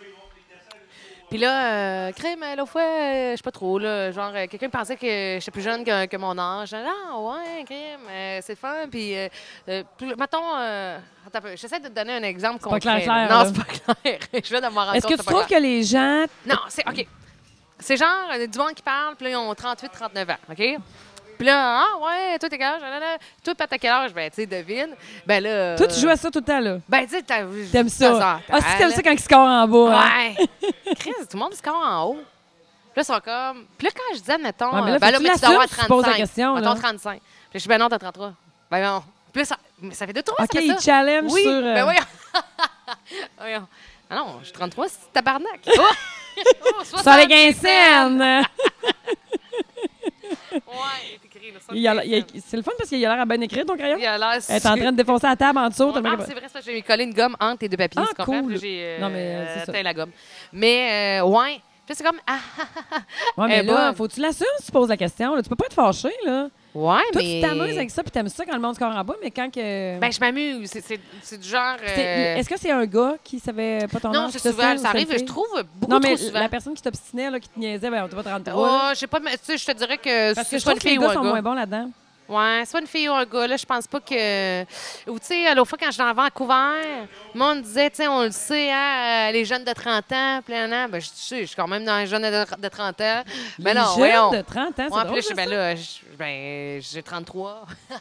S2: Puis là, euh, crème, l'autre fois, euh, je sais pas trop, là, genre, euh, quelqu'un pensait que j'étais plus jeune que, que mon âge. Ah, ouais, crème, euh, c'est fun. Puis, euh, euh, puis là, mettons, euh, attends un peu, j'essaie de te donner un exemple
S1: pas
S2: concret.
S1: clair,
S2: là.
S1: clair, là.
S2: non, c'est pas [laughs] clair. je vais de m'en rendre
S1: Est-ce que
S2: compte,
S1: tu
S2: c'est pas
S1: trouves
S2: clair.
S1: que les gens...
S2: Non, c'est. OK. C'est genre euh, du monde qui parle, puis là, ils ont 38, 39 ans. OK? Puis là, ah ouais, toi, t'es quel âge? Là, là, là. Toi, Pat, t'as quel âge? Ben, tu sais, devine. Ben là.
S1: Toi, tu
S2: euh,
S1: joues à ça tout le temps, là.
S2: Ben, tu sais, t'as- je-
S1: T'aimes ça.
S2: t'as-
S1: Ah, si t'aimes
S2: là.
S1: ça quand ils scorent en bas. hein?
S2: Ouais.
S1: [laughs]
S2: Chris, tout le monde score en haut. Puis là, ils sont comme. Puis là, quand je dis, admettons,
S1: Ouais, mais là,
S2: euh, ben
S1: faut
S2: là,
S1: que tu
S2: mais tu dois avoir
S1: l'assumes si tu poses la
S2: 35.
S1: question, là.
S2: mettons 35. Puis je dis, ben non, t'as 33. Ben non. Puis là, ça, mais ça fait deux, trois,
S1: OK,
S2: ça fait
S1: il
S2: ça.
S1: challenge
S2: oui,
S1: sur... euh,
S2: ben voyons.
S1: [laughs]
S2: voyons. Ah non, je suis 33, c'est tabarnak. Oh! [laughs] oh,
S1: Sur les
S2: 75 [laughs]
S1: quinzaines!
S2: Ouais, il est écrit, là, ça,
S1: [laughs] Il a l'air-
S2: c'est-
S1: il a- C'est le fun parce qu'il a l'air à bien écrire, ton crayon.
S2: Il a l'air
S1: Elle est en train de défoncer la table en dessous.
S2: Ah,
S1: tellement qu'elle-
S2: c'est vrai, c'est parce que j'ai collé une gomme entre tes deux papiers,
S1: Ah,
S2: tu comprends?
S1: cool.
S2: Puis j'ai euh,
S1: Non, mais, euh, c'est ça.
S2: teint la gomme. Mais, euh, ouais. Puis c'est comme, ah, ah, ah, ah.
S1: Ouais, mais
S2: Elle est
S1: là,
S2: bonne.
S1: faut-tu l'assumer si tu poses la question? Là. Tu peux pas être fâché, là.
S2: Ouais,
S1: Toi,
S2: mais...
S1: tu t'amuses avec ça puis t'aimes ça quand le monde score en bas, mais quand que.
S2: Ben, je m'amuse. C'est- C'est c'est du genre...
S1: C'est-
S2: euh,
S1: Est-ce que c'est un gars qui savait pas ton nom?
S2: Non, c'est souvent, ça arrive, je trouve, beaucoup
S1: Non, mais
S2: trop souvent.
S1: la personne qui t'obstinait, là, qui te niaisait, ben, on t'a pas 33.
S2: Oh,
S1: là.
S2: je sais pas, mais tu sais, je te dirais que
S1: Parce que
S2: c'est
S1: je
S2: soit
S1: trouve
S2: une
S1: que les
S2: fille
S1: gars
S2: ou
S1: sont
S2: un
S1: moins
S2: gars.
S1: bons là-dedans.
S2: Ouais, soit une fille ou un gars, là, je pense pas que... Ou tu sais, euh, l'autre fois, quand je l'en vends à couvert, le monde disait, tu sais, on le sait, hein, euh, les jeunes de 30 ans, plein an, ben, je sais, je suis quand même dans les jeunes de de 30 ans. Mais
S1: les
S2: Ben non,
S1: jeunes
S2: voyons.
S1: de 30 ans, c'est
S2: Moi, en plus,
S1: drôle.
S2: je
S1: ça.
S2: suis ben là, je- ben, j'ai 33. [laughs]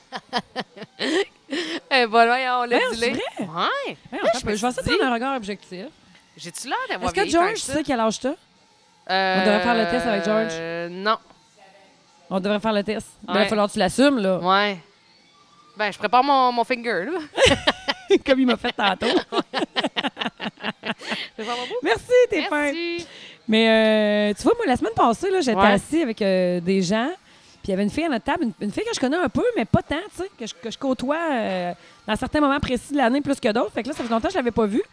S2: Eh, bon, voyons, le
S1: Voyons, Ben, c'est
S2: dilé.
S1: vrai?
S2: Ouais.
S1: Ouais,
S2: Là,
S1: on
S2: je
S1: peut-
S2: me
S1: je vois
S2: suis
S1: ça
S2: dit-
S1: dans un regard objectif.
S2: J'ai-tu l'air d'avoir
S1: Est-ce que
S2: vieilli tant
S1: George
S2: ça?
S1: sait quel âge t'as?
S2: Euh,
S1: devrait faire le test avec George.
S2: euh, non.
S1: On devrait faire le test. Ben, Il va
S2: Ouais.
S1: falloir que tu l'assumes, là.
S2: Ouais. Ben, je prépare mon, mon finger,
S1: [laughs]
S2: là.
S1: comme il m'a fait tantôt.
S2: Je vais avoir beau.
S1: Merci, t'es fin.
S2: Merci.
S1: Mais euh, tu vois, moi, la semaine passée, là, j'étais
S2: Ouais.
S1: assise avec euh, des gens. Puis il y avait une fille à notre table, une, une fille que je connais un peu, mais pas tant, tu sais, que je, que je côtoie euh, dans certains moments précis de l'année plus que d'autres. Fait que là, ça fait longtemps que je l'avais pas vue.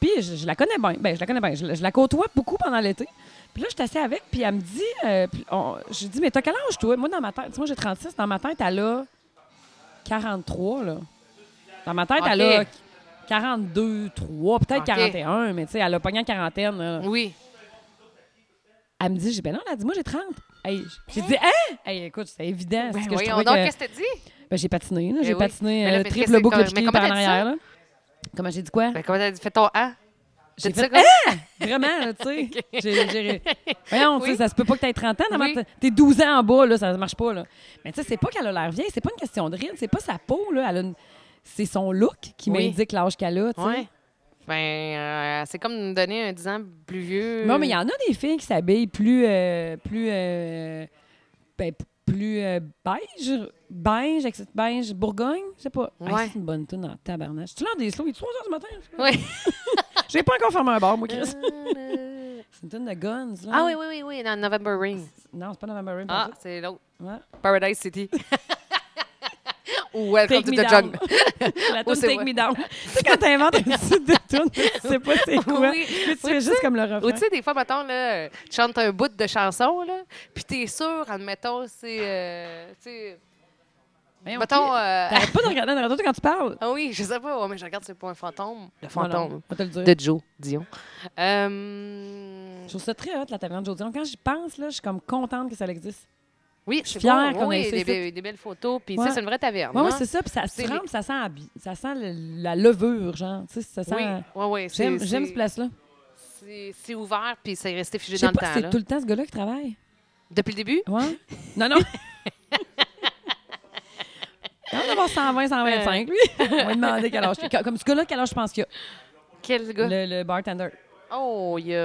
S1: Puis je, je la connais bien. Ben, je la connais bien. Je, la- je la côtoie beaucoup pendant l'été. Puis là, je suis assise avec, puis elle me dit... euh, puis on- je dis, mais t'as quel âge, toi? Moi, dans ma tête... tu sais, moi, j'ai 36. Dans ma tête, elle a 43, là. Dans ma tête,
S2: OK.
S1: elle a 42, 3, peut-être
S2: OK.
S1: 41, mais tu sais, elle a pogné en quarantaine. là.
S2: Oui.
S1: Elle me dit, j'ai ben non, elle a dit, moi j'ai 30. Hey, j'ai dit, hein? Hey, écoute, c'est évident. c'est
S2: Ben
S1: ce que je
S2: voyons
S1: trouvais
S2: donc,
S1: que-
S2: qu'est-ce que t'as dit?
S1: Ben, j'ai patiné, là.
S2: Ben
S1: j'ai
S2: oui.
S1: patiné
S2: Mais là,
S1: euh,
S2: mais qu'est-ce
S1: triple
S2: que-
S1: boucle
S2: mais
S1: épiquée
S2: comment
S1: par en
S2: t'as dit ça?
S1: arrière. Là. Comment j'ai dit quoi?
S2: Ben, comment t'as dit? Fais ton A.
S1: J'ai
S2: J'ai dit
S1: fait, hein?
S2: ça comme
S1: Vraiment, là, tu
S2: [laughs]
S1: sais. J'ai- j'ai- Voyons, tu sais,
S2: Oui.
S1: ça se peut pas que t'aies 30 ans. avant
S2: Oui.
S1: que T'es 12 ans en bas, là, ça marche pas, là. Mais tu sais, c'est pas qu'elle a l'air vieille, c'est pas une question de rire, c'est pas sa peau, là. Elle a une- C'est son look qui
S2: Oui.
S1: m'indique l'âge qu'elle a, tu sais.
S2: Ouais. Ben, euh, c'est comme me donner un 10 ans plus vieux.
S1: Non, mais il y en a des filles qui s'habillent plus. euh, plus. euh, ben, plus euh, beige. Beige, avec cette beige. Bourgogne, je sais pas. Hey,
S2: Ouais.
S1: c'est une bonne tune en tabarnage. Tu l'as des slow, il est 3 h du matin.
S2: Oui.
S1: [laughs] J'ai pas encore fermé un bar, moi, Chris. c'est une tune de Guns, là.
S2: Euh. [laughs] ah oui, oui, oui, oui, dans November Rain.
S1: Non, c'est pas November Rain.
S2: Ah,
S1: pas
S2: c'est l'autre.
S1: ça. Ouais. [laughs]
S2: Paradise City. Welcome
S1: Take me
S2: to the
S1: down.
S2: jungle.
S1: [laughs] La
S2: Oh,
S1: tune
S2: c'est
S1: Take
S2: vrai.
S1: Me Down. tu sais, quand t'inventes une suite de tune, tu sais pas c'est [laughs] quoi.
S2: [laughs] Oui.
S1: Puis tu
S2: Ou
S1: fais juste comme le refrain.
S2: Ou tu sais, des fois, mettons, là, tu chantes un bout de chanson, là, puis t'es sûr, admettons, c'est. euh, tu sais,
S1: Mais on-
S2: mettons. euh,
S1: T'arrêtes pas de regarder la radio quand tu parles.
S2: ah oui, je sais pas, ouais, mais je regarde, c'est pas un fantôme. Le
S1: Non,
S2: fantôme.
S1: non, on va te le dire.
S2: De Joe, Dion. Euh,
S1: Je trouve ça très hot, la taverne Jodion. Quand j'y pense, là, je suis comme contente que ça existe.
S2: oui,
S1: je suis
S2: c'est
S1: fière
S2: beau.
S1: qu'on
S2: Oui,
S1: ait ça
S2: des,
S1: ici.
S2: be- des belles photos. Puis
S1: Ouais.
S2: ça, c'est une vraie taverne.
S1: Oui, ouais,
S2: hein?
S1: c'est ça. Puis ça se
S2: C'est
S1: trempe,
S2: les-
S1: ça sent, la bi- ça sent le- la levure, genre. Tu sais, ça sent...
S2: Oui, ouais, ouais, c'est-
S1: J'aime
S2: c'est-
S1: j'aime cette place-là.
S2: c'est- C'est ouvert, puis c'est resté
S1: Je
S2: figé
S1: sais
S2: dans le
S1: pas si
S2: temps.
S1: c'est
S2: là.
S1: tout le temps ce gars-là qui travaille.
S2: Depuis le début?
S1: Ouais. Non,
S2: [laughs]
S1: non. Il va avoir 120, 125, lui.
S2: Euh.
S1: On va lui demander quel âge. Comme ce gars-là, quel âge je pense qu'il a?
S2: Quel gars?
S1: Le, le bartender.
S2: Oh, il y a.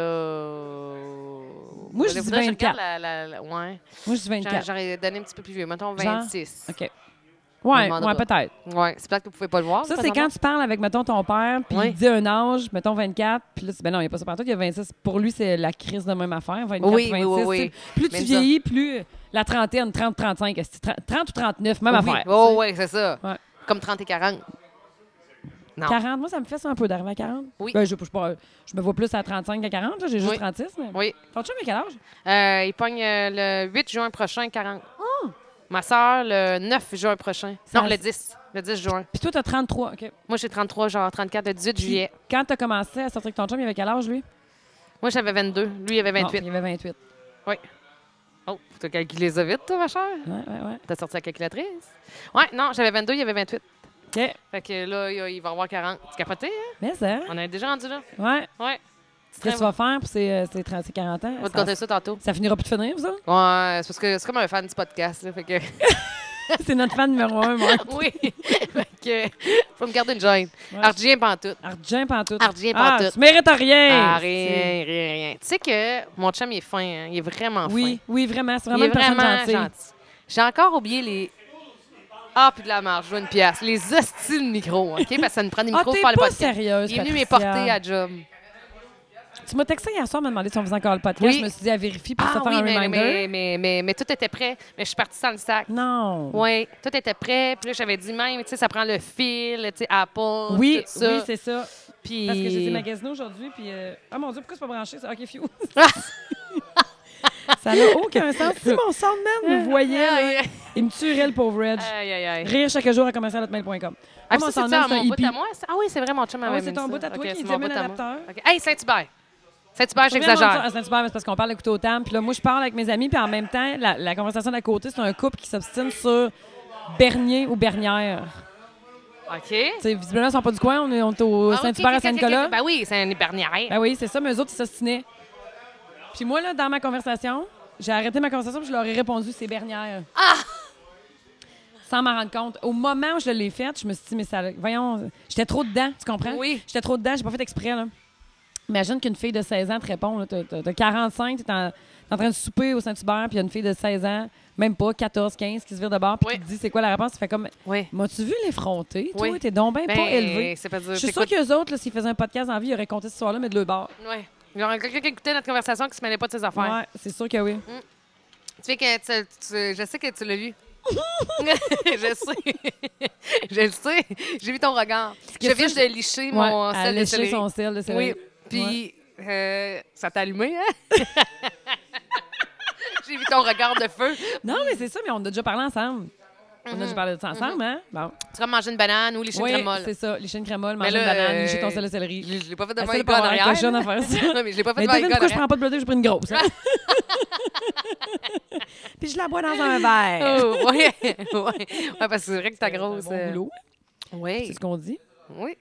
S1: Moi, je dis
S2: Faudrait- faudrait que
S1: 24.
S2: regarde La, la- la- ouais.
S1: Moi, je dis
S2: J'aurais
S1: 24.
S2: j'aurais donné un petit peu plus vieux. Mettons
S1: Genre?
S2: 26.
S1: OK.
S2: me
S1: Ouais,
S2: demande
S1: ouais
S2: pas.
S1: peut-être.
S2: Ouais, c'est peut-être que vous pouvez pas le voir.
S1: Ça, c'est quand
S2: présentement.
S1: tu parles avec, mettons, ton père, puis
S2: Ouais.
S1: il dit un âge, mettons 24, puis là, tu dis, ben non, il n'y a pas ça partout, il y a 26. Pour lui, c'est la crise de même affaire, 24,
S2: Oui,
S1: 26.
S2: oui, oui, oui.
S1: tu sais. Plus tu
S2: Mais ça-
S1: vieillis, plus la trentaine, 30, 35, est-ce que 30, 30 ou 39, même
S2: Oui.
S1: affaire.
S2: Oh, ouais, c'est ça.
S1: Ouais.
S2: Comme 30 et 40. Non.
S1: 40, moi, ça me fait ça un peu d'arriver à 40.
S2: Oui.
S1: Ben, je, je, suis pas- je me vois plus à 35 qu'à 40, là, j'ai juste
S2: Oui.
S1: 36. Mais...
S2: Oui.
S1: Ton chum, à quel âge?
S2: Euh, il pogne euh, le 8 juin prochain, 40. Ma soeur, le 9 juin prochain.
S1: Oh! Ça-
S2: non, le 10. Le 10 juin.
S1: Puis toi, t'as 33. OK.
S2: Moi, j'ai 33, genre 34, le 18 juillet.
S1: Quand t'as commencé à sortir avec ton chum, il avait quel âge, lui?
S2: Moi, j'avais 22. Lui, il avait
S1: Non,
S2: 28.
S1: il avait 28.
S2: Oh, t'as calculé ça vite, toi, ma chère?
S1: Ouais, ouais, ouais.
S2: T'as sorti la calculatrice? Ouais, non, j'avais 22, il avait 28.
S1: OK.
S2: Fait que là, il il va avoir 40. Tu capoté, hein?
S1: Mais ça,
S2: On est déjà rendu là.
S1: ouais.
S2: Ouais.
S1: Qu'est-ce
S2: C'est
S1: que
S2: très
S1: tu vas faire pour ces, euh, ces 30 ces 40 ans?
S2: On va te
S1: Ça-
S2: compter ça tantôt.
S1: Ça finira plus de finir, ça?
S2: Ouais, c'est parce que c'est comme un fan du podcast, là.
S1: [laughs]
S2: Fait que.
S1: C'est notre fan numéro un, moi.
S2: oui. [laughs] fait que. Faut me garder une gêne.
S1: Ouais.
S2: Argien pantoute.
S1: Argent pantoute.
S2: Argent
S1: Ah,
S2: pantoute.
S1: tu mérites rien.
S2: Ah, rien, rien, rien. Tu sais que mon chum, il est fin, hein? Il est vraiment
S1: C'est- Oui,
S2: fin.
S1: oui, vraiment. C'est
S2: Il
S1: vraiment
S2: est
S1: une personne
S2: vraiment
S1: gentille.
S2: gentil. J'ai encore oublié les. Ah, puis de la marge, je veux une pièce. Les hostiles micros, OK? Parce que ça nous prend des
S1: Ah,
S2: micros
S1: t'es
S2: pour faire le
S1: pas
S2: podcast.
S1: sérieuse,
S2: Il est venu
S1: Patricia.
S2: m'éporter à job.
S1: Tu m'as texté hier soir, m'a demandé si on faisait encore le podcast.
S2: Oui.
S1: Je me suis dit à vérifier pour
S2: Ah
S1: se faire
S2: oui,
S1: un
S2: mais,
S1: reminder.
S2: mais, mais, mais, mais tout était prêt. Mais je suis partie sans le sac.
S1: Non.
S2: Oui, tout était prêt. Puis là, j'avais dit même, tu sais, ça prend le fil, tu sais, Apple,
S1: Oui,
S2: tout ça.
S1: oui, c'est ça.
S2: Puis...
S1: Parce que j'ai
S2: [laughs]
S1: des magasins aujourd'hui, puis... euh, Ah, mon Dieu, pourquoi c'est pas branché? ça? OK, fiu. ça n'a aucun sens. Si mon soundman me
S2: [laughs]
S1: voyait, là,
S2: Aïe,
S1: il me tuerait, le pauvre Reg.
S2: aïe, aïe, aïe.
S1: Rire chaque jour à commencer à hotmail.com.
S2: Euh. Ah,
S1: Moi,
S2: ça, c'est
S1: soundman,
S2: ça,
S1: un
S2: mon bout
S1: hippie.
S2: à moi? Ah oui, c'est vrai, mon chum
S1: Ah
S2: m'avait
S1: oui, c'est
S2: mis
S1: ton
S2: ça.
S1: bout à toi qui
S2: Ok,
S1: dit
S2: c'est mon
S1: amène
S2: bout à moi.
S1: l'adapteur.
S2: Ok. Hey, Saint-Hubert! Saint-Hubert, j'exagère.
S1: À Saint-Hubert, mais c'est parce qu'on parle de couteau tam. Puis là, moi, je parle avec mes amis, puis en même temps, la, la conversation d'à côté, c'est un couple qui s'obstine sur Bernier ou Bernière.
S2: OK.
S1: Tu sais, visiblement, ils sont pas du coin, on est, on est au
S2: Ah,
S1: Saint-Hubert à
S2: ok, ok, ok, ok.
S1: Sainte-Colas.
S2: Ben oui, c'est un Bernier.
S1: Ben oui, c'est ça, mais eux autres, ils s'obstinaient. Puis moi, là, dans ma conversation, j'ai arrêté ma conversation, puis je leur ai répondu, c'est Bernière. Ah! Sans m'en rendre compte. Au moment où je l'ai faite, je me suis dit, mais ça. Voyons, j'étais trop dedans, tu comprends?
S2: Oui.
S1: J'étais trop dedans, j'ai pas fait exprès, là. Imagine qu'une fille de 16 ans te répond, là, t'as- t'as t'as 45, t'es en, t'es en train de souper au Saint-Hubert, puis il y a une fille de 16 ans, même pas, 14, 15, qui se vire de bord, puis
S2: Oui.
S1: qui te dit c'est quoi la réponse, tu fais comme,
S2: Oui.
S1: m'as-tu vu l'effronter? Toi,
S2: Oui.
S1: t'es donc ben, pas élevé.
S2: C'est pas dire.
S1: Je suis sûre
S2: t'écoutes-
S1: qu'eux autres, là, s'ils faisaient un podcast en vie, ils auraient compté ce soir-là, mais de leur bord.
S2: Ouais. Il y aura quelqu'un qui écoutait notre conversation qui se mêlait pas de ses affaires.
S1: Ouais, c'est sûr que oui.
S2: Tu fais que tu- tu- je sais que tu l'as vu. [laughs] je sais. [laughs] je le sais. J'ai vu ton regard.
S1: que
S2: Je
S1: ça,
S2: viens de licher mon
S1: Ouais,
S2: sel
S1: elle
S2: de
S1: léchait
S2: céleri.
S1: son sel de céleri.
S2: Oui. Puis, euh, ça t'a allumé, hein? [laughs] J'ai vu ton regard de feu. Tu
S1: Non, mais c'est ça, mais on a déjà parlé ensemble.
S2: Mm-hmm.
S1: On a déjà parlé de ça ensemble, hein? Bon.
S2: vas manger une banane ou licher
S1: Oui,
S2: une crémole.
S1: c'est ça. Ben, Licher une crémole,
S2: Mais
S1: manger une
S2: là,
S1: banane,
S2: euh,
S1: licher ton sel de céleri.
S2: Je je l'ai pas fait devant
S1: Essaye
S2: les
S1: de pas avoir
S2: gars en
S1: l'air cochonne
S2: arrière.
S1: à faire ça.
S2: [laughs] Non, mais je l'ai pas fait
S1: Mais
S2: devant les
S1: devine
S2: gars en
S1: pourquoi je
S2: arrière.
S1: prends pas de bleu, je prends une grosse. hein? [laughs] Puis je la bois dans un verre.
S2: Oh, ouais, ouais. [laughs] Ouais, parce que c'est vrai que t'as grosse.
S1: C'est un bon
S2: euh,
S1: boulot,
S2: Oui.
S1: c'est Ah. ce qu'on dit.
S2: Oui.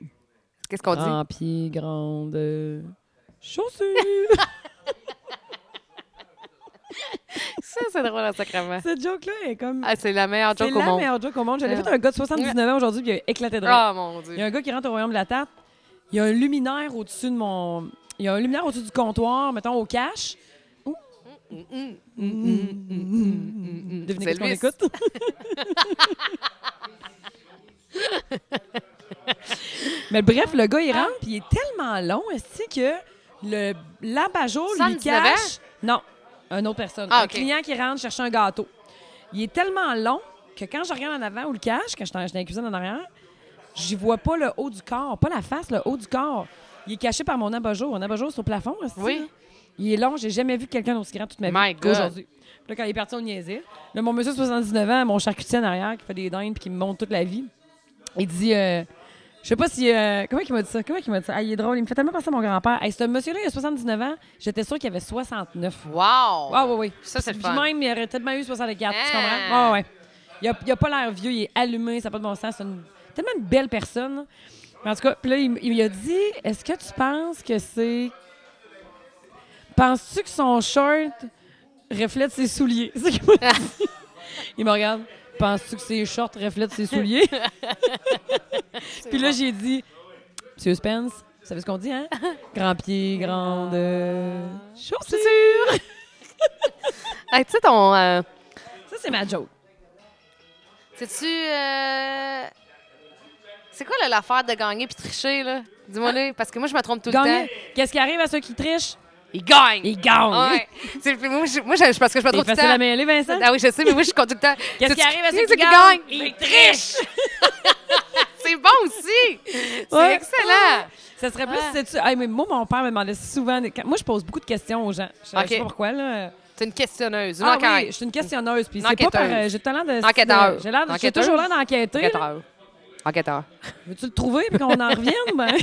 S2: Qu'est-ce qu'on dit?
S1: En pied, grande euh, chaussure. [laughs]
S2: Ça, c'est drôle en sacrement.
S1: Cette joke-là est comme...
S2: Ah, c'est la meilleure
S1: c'est
S2: joke au
S1: la
S2: monde.
S1: meilleure joke au monde. J'avais
S2: Ouais.
S1: fait un gars de 79 ans aujourd'hui, puis il a éclaté de rire.
S2: Ah, mon
S1: Il y a
S2: Dieu.
S1: un gars qui rentre au royaume de la tarte. Il y a un luminaire au-dessus de mon. Il y a un luminaire au-dessus du comptoir, mettons au cash. Devinez
S2: Mm, C'est
S1: qu'est-ce qu'on
S2: Elvis.
S1: écoute.
S2: [laughs]
S1: Mais bref, le gars, il
S2: Ah.
S1: rentre, puis il est tellement long, est-ce que le l'abat-jour lui
S2: 79
S1: cache... Non, une autre personne.
S2: Ah,
S1: un
S2: OK.
S1: client qui rentre chercher un gâteau. Il est tellement long que quand je regarde en avant ou le cache, quand je suis dans je suis dans la cuisine en arrière, j'y vois pas le haut du corps, pas la face, le haut du corps. Il est caché par mon abat-jour. Un abat-jour, c'est au plafond, est-ce que?
S2: Oui.
S1: Il est long, j'ai jamais vu quelqu'un d'aussi grand toute ma
S2: My
S1: vie
S2: God.
S1: qu'aujourd'hui. Puis Là, quand il est parti, on le niaisait. Là, mon monsieur de 79 ans, mon charcutier en arrière, qui fait des dindes puis qui me montre toute la vie, il dit... euh, je sais pas si... euh, comment il m'a dit ça? Comment il m'a dit ça? Ah, il est drôle. Il me fait tellement penser à mon grand-père. Hey, ce monsieur-là, il a 79 ans. J'étais sûre qu'il avait 69.
S2: Wow!
S1: Ah oui, oui.
S2: Ça, c'est le
S1: Puis
S2: fun.
S1: même, il aurait tellement eu 64, tu
S2: Ah.
S1: comprends? Ah ouais. Il a, il a pas l'air vieux, il est allumé, ça n'a pas de bon sens. C'est une- tellement une belle personne. Mais en tout cas, puis là, il, m- il a dit, est-ce que tu penses que c'est... Penses-tu que son shirt reflète ses souliers? [laughs] C'est ce qu'il m'a dit. il me regarde. Penses-tu que ses shorts reflètent ses
S2: [laughs]
S1: souliers? puis là, j'ai dit, Monsieur Spence, vous savez ce qu'on dit, hein? Grand pied, grande euh,
S2: Ah.
S1: chaussure.
S2: Hey, tu sais, ton. euh,
S1: Ça, c'est ma joke.
S2: Sais-tu. euh, C'est quoi là, l'affaire de gagner puis tricher, là? Dis-moi, là, parce que moi, je me trompe tout le
S1: Gagner.
S2: temps.
S1: Qu'est-ce qui arrive à ceux qui trichent?
S2: Ils gagnent!
S1: Ils gagnent.
S2: Ah Ouais. C'est- moi, je, moi, je- parce que je me
S1: C'est
S2: trompe tout le
S1: facile à
S2: temps.
S1: mêler, Vincent.
S2: Ah oui, je sais, mais moi, je suis conducteur.
S1: [laughs] Qu'est-ce qui
S2: Sais-tu
S1: arrive à ceux
S2: sais
S1: qui
S2: qui
S1: gagnent?
S2: gagnent? Ils trichent! c'est bon aussi! C'est
S1: Ouais.
S2: excellent!
S1: Ça serait plus
S2: Ah.
S1: si tu. mais moi, mon père me demandait souvent. des- quand- Moi, je pose beaucoup de questions aux gens. Je sais
S2: Ok.
S1: pas pourquoi, là.
S2: C'est une questionneuse, une
S1: Ah
S2: enquête.
S1: oui, je suis une questionneuse. Puis
S2: Une
S1: c'est pas par.
S2: enquêteuse.
S1: euh, J'ai le talent de.
S2: Enquêteur.
S1: J'ai l'air de- J'ai
S2: Enquêteuse.
S1: toujours l'air d'enquêter. là.
S2: Enquêteur. Enquêteur.
S1: Veux-tu le trouver puis qu'on en revienne?
S2: [laughs]
S1: Ben. tu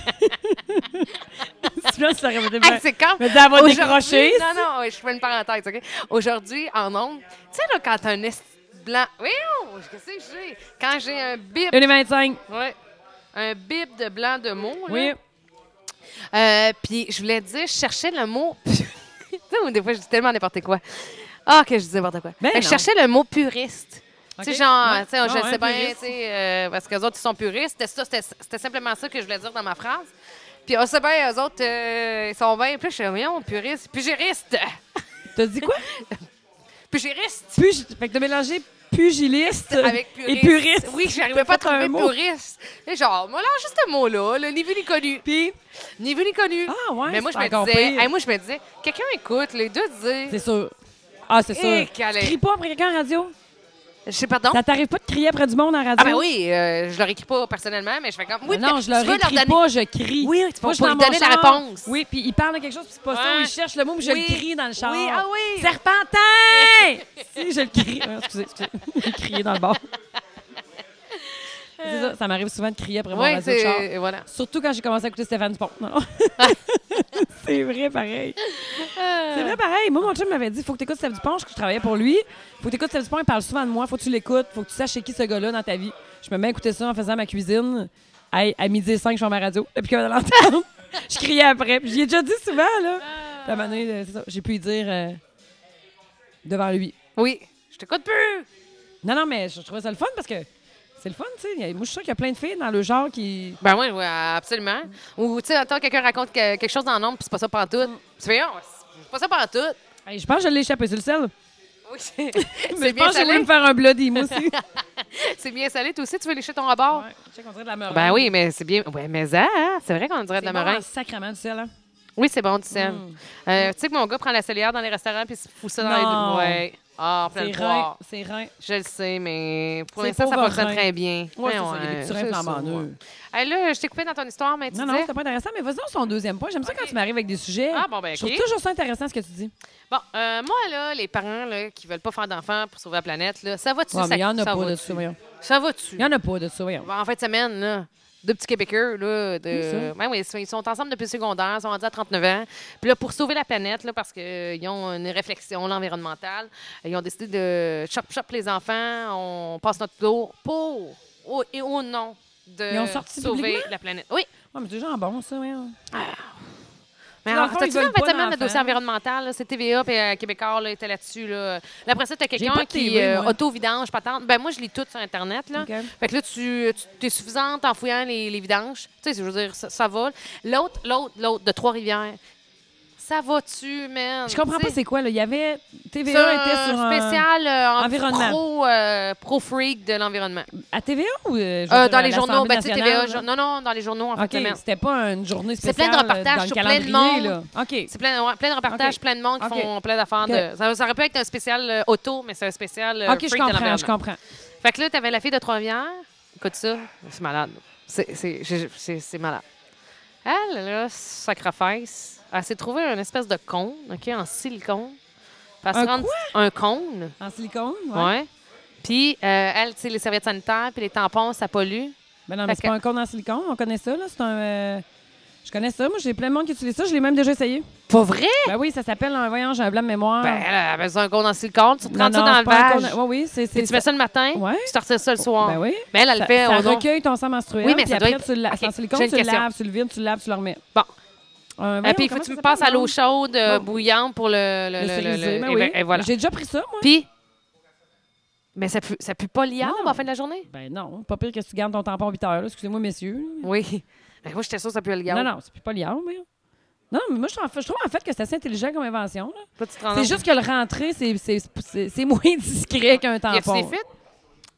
S1: penses que ça aurait été bien.
S2: Hey, c'est quand?
S1: Mais ça va
S2: Aujourd'hui-
S1: décrocher.
S2: Non, non, ouais, je fais une parenthèse, OK? Aujourd'hui, en ondes, tu sais, là, quand t'as un est blanc... Oui, oh, qu'est-ce que j'ai? Quand j'ai un bip...
S1: 1,25.
S2: Ouais, un bip de blanc de mots, là.
S1: Oui.
S2: Euh, puis je voulais dire, je cherchais le mot... [laughs] tu sais, moi, des fois, je dis tellement n'importe quoi. Ah, que je dis n'importe quoi.
S1: Ben
S2: Mais je
S1: non.
S2: cherchais le mot puriste. Tu
S1: Ok.
S2: sais, genre,
S1: Ouais. Ah
S2: tu sais, je
S1: Ouais,
S2: le
S1: ouais,
S2: sais bien, tu
S1: puriste.
S2: sais, euh, parce qu'eux autres, ils sont puristes. C'était ça, c'était- c'était simplement ça que je voulais dire dans ma phrase. Puis on sait bien, eux autres, euh, ils sont bien. Puis là, je suis, voyons, puriste, pugériste,
S1: T'as dit quoi?
S2: pugériste.
S1: Puis, fait que t'as mélangé pugiliste
S2: Avec
S1: et
S2: puriste.
S1: puriste.
S2: Oui, j'arrivais
S1: T'as
S2: pas à
S1: fait un
S2: trouver
S1: mot.
S2: puriste. Et genre, moi, là, juste ce mot-là, là, ni vu ni connu.
S1: Puis,
S2: Ni vu ni connu.
S1: Ah ouais,
S2: Mais moi,
S1: c'est
S2: je me
S1: encore
S2: disais,
S1: pire.
S2: hey, moi, je me disais, quelqu'un écoute, les deux disent.
S1: c'est sûr. Ah, c'est
S2: Eh,
S1: sûr.
S2: calais.
S1: Tu cries pas après quelqu'un en radio?
S2: Je sais, pardon.
S1: Ça t'arrive pas de crier après du monde en radio? Ah
S2: Ah, ben oui, euh, je leur écris pas personnellement, mais je fais comme. Oui,
S1: non, je
S2: tu
S1: leur
S2: veux
S1: écris
S2: donner-
S1: pas, je crie.
S2: Oui, tu peux-
S1: Moi, je suis
S2: pour
S1: dans
S2: lui
S1: mon
S2: donner la
S1: char.
S2: réponse.
S1: Oui, puis il parle de quelque chose, puis c'est pas ça,
S2: Ouais.
S1: ou il cherche le mot, mais je
S2: Oui.
S1: le crie dans le char.
S2: Oui, ah oui.
S1: Serpentin! [laughs] si, je le crie. Ah, excusez, excusez. [laughs] crier dans le bord. c'est ça, ça m'arrive souvent de crier après mon
S2: Oui,
S1: radio de char.
S2: c'est. Voilà.
S1: Surtout quand j'ai commencé à écouter Stéphane Dupont.
S2: [laughs]
S1: Non. c'est vrai, pareil. C'est vrai, pareil. Moi, mon chum m'avait dit faut que tu écoutes Stéphane Dupont. Je, je travaillais pour lui. faut que tu écoutes Stéphane Dupont. Il parle souvent de moi. faut que tu l'écoutes. faut que tu saches c'est qui ce gars-là dans ta vie. Je me mets à écouter ça en faisant ma cuisine. Hey, à midi et 5, je suis à ma radio. Depuis qu'elle l'entendre, [laughs] je criais après. Puis j'y ai déjà dit souvent, là. Puis à un moment donné, euh, c'est ça, j'ai pu lui dire euh, devant lui.
S2: Oui. Je t'écoute plus!
S1: Non, non, mais je, je trouvais ça le fun parce que c'est le fun, tu sais. Il y a- Moi, je suis sûre qu'il y a plein de filles dans le genre qui.
S2: Ben oui, oui, absolument. Ou, tu sais, attends, quelqu'un raconte que- quelque chose dans l'ombre, puis c'est pas ça pantoute. Tu fais, oh, c'est pas ça pantoute.
S1: Hey, je pense que je l'ai échappé sur le sel.
S2: Oui, c'est
S1: Mais
S2: [laughs] c'est
S1: je pense
S2: bien
S1: que j'allais me
S2: salé.
S1: faire un bloody, moi
S2: [laughs]
S1: aussi.
S2: C'est bien salé. Toi aussi, tu veux lécher ton rebord?
S1: Ouais, je sais qu'on dirait de la meringue.
S2: Ben oui, mais c'est bien. Ouais, mais ça, hein, c'est vrai qu'on dirait de la
S1: C'est bon, hein.
S2: meringue.
S1: un sacrement du sel. Hein?
S2: Oui, c'est bon, du sel. Euh, tu sais que mon gars prend la cellière dans les restaurants puis il se fout ça dans
S1: Mm. Non.
S2: les. Ouais. Ah, plein
S1: C'est
S2: de poire.
S1: rein, c'est rein.
S2: Je le sais, mais pour
S1: C'est
S2: l'instant, ça
S1: pauvre
S2: fonctionne
S1: rein.
S2: très bien.
S1: Ouais, c'est
S2: Ben
S1: ça, il y a des petits reins
S2: c'est ça, ouais.
S1: flambanneux.
S2: Hey, là, je t'ai coupé dans ton histoire, mais tu
S1: Non, non,
S2: disais...
S1: c'était pas intéressant, mais vas-y, on son deuxième point. J'aime ça quand
S2: Ok.
S1: tu m'arrives avec des sujets.
S2: Ah, bon, ben,
S1: Je
S2: OK.
S1: trouve toujours ça intéressant ce que tu dis.
S2: Bon, euh, moi, là, les parents là, qui veulent pas faire d'enfants pour sauver la planète, là, ça va-tu?
S1: Ouais,
S2: ça,
S1: mais il y en a
S2: ça
S1: pas de
S2: va-tu?
S1: ça, voyons.
S2: Ça va-tu?
S1: Il y en a pas de ça, voyons.
S2: Ben, En fin de semaine, là, deux petits Québécois, là, de...
S1: Oui, ça.
S2: Ben oui, ils sont- ils sont ensemble depuis le secondaire, ils sont rendus à 39 ans. Puis là, pour sauver la planète, là, parce qu'ils ont une réflexion là, environnementale, ils ont décidé de chop-chop les enfants, on passe notre tour pour au- et au nom de
S1: Ils ont sorti
S2: sauver
S1: publiquement?
S2: la planète. Oui.
S1: Ouais, mais c'est déjà bon, ça, voyons.
S2: Mais
S1: Dans le
S2: en
S1: fond,
S2: t'as-tu
S1: ils
S2: vu en
S1: veulent
S2: fait
S1: pas
S2: semaine le
S1: d'enfants.
S2: dossier environnemental, là, c'est TVA puis euh, Québécois là, était là-dessus là. Là, Après ça, t'as
S1: pas
S2: quelqu'un
S1: de
S2: qui
S1: TV, moi.
S2: auto vidange patente. Ben moi je lis tout sur internet là.
S1: OK.
S2: Fait que là tu, tu es suffisante en fouillant les, les vidanges. Tu sais je veux dire ça, ça vole. L'autre l'autre l'autre de Trois-Rivières. Ça va-tu man
S1: Je comprends
S2: Tu
S1: pas
S2: sais,
S1: c'est quoi, là. Il y avait. TVA
S2: sur un
S1: était sur un.
S2: spécial euh, en-
S1: environnement.
S2: pro euh, pro freak de l'environnement.
S1: À TVA ou. euh, je veux
S2: Euh,
S1: dire,
S2: dans
S1: à
S2: les journaux,
S1: l'Assemblée
S2: ben, tu sais,
S1: nationale,
S2: TVA,
S1: là?
S2: jour- non non, dans les journaux en fait
S1: OK, c'était pas une journée
S2: C'est
S1: spéciale euh,
S2: plein de reportages
S1: dans le
S2: sur plein de
S1: calendrier,
S2: monde.
S1: là. OK.
S2: C'est plein, ouais, plein de reportages,
S1: OK.
S2: plein de monde qui
S1: OK.
S2: font plein d'affaires.
S1: OK.
S2: de- Ça, ça aurait pu être un spécial euh, auto, mais c'est un spécial euh,
S1: OK, je
S2: freak de
S1: comprends,
S2: l'environnement.
S1: je comprends.
S2: Fait que là, t'avais la fille de Trois-Rivières. Écoute ça, c'est malade. là. C'est- C'est j'ai- c'est- c'est malade. Elle, là, sacrifice, elle s'est trouvée un espèce de cône, OK, en silicone. Puis elle se
S1: Un
S2: rend- un cône,
S1: En silicone, ouais.
S2: ouais. Puis euh, elle, tu sais, les serviettes sanitaires puis les tampons, ça pollue.
S1: Ben non,
S2: Fait
S1: mais c'est
S2: que-
S1: pas un cône en silicone, on connaît ça, là. C'est un. euh, Je connais ça, moi, j'ai plein de monde qui utilise ça, je l'ai même déjà essayé.
S2: Pas vrai?
S1: Ben oui, ça s'appelle un voyage, un blanc de mémoire.
S2: Ben, elle a besoin d'un cône en silicone, tu te
S1: Non,
S2: prends ça
S1: non,
S2: dans
S1: c'est
S2: le
S1: pas un
S2: vage.
S1: cône- Ouais, oui, c'est.
S2: Puis
S1: c'est-
S2: tu mets ça le matin,
S1: Ouais.
S2: puis tu retires ça le soir.
S1: Ben oui.
S2: Mais elle, elle le
S1: Ça,
S2: fait
S1: ça
S2: au nom-
S1: recueille ton sang menstruel.
S2: Oui, mais
S1: puis
S2: ça doit
S1: après,
S2: être-
S1: tu le la-
S2: OK,
S1: c'est en silicone,
S2: j'ai une
S1: tu le
S2: question.
S1: laves, tu le vides, tu le laves, tu le remets.
S2: Bon.
S1: Euh,
S2: Ah,
S1: voyons,
S2: puis il faut
S1: comment
S2: que tu
S1: ça
S2: me passes à
S1: s'appelle,
S2: l'eau chaude euh,
S1: Bon.
S2: bouillante pour le. le,
S1: Le
S2: le- le-
S1: ceriser,
S2: le-
S1: ben
S2: et
S1: oui.
S2: ben- et voilà.
S1: J'ai déjà pris ça, moi.
S2: Puis. Mais ça pue, ça pue pas l'IAM
S1: Non.
S2: en fin de la journée?
S1: Ben non, pas pire que si tu gardes ton tampon 8 heures. là. Excusez-moi, messieurs.
S2: Oui. Ben, moi, j'étais sûre que ça pue l'IAM.
S1: Non, non, c'est plus pas liard, mais... Non, mais moi, je trouve, je trouve en fait que c'est assez intelligent comme invention. là.
S2: Pas tu te rends
S1: C'est
S2: compte.
S1: juste que le rentrer, c'est- c'est c'est- c'est [laughs] moins discret qu'un
S2: Y a-tu
S1: tampon.
S2: des fuites?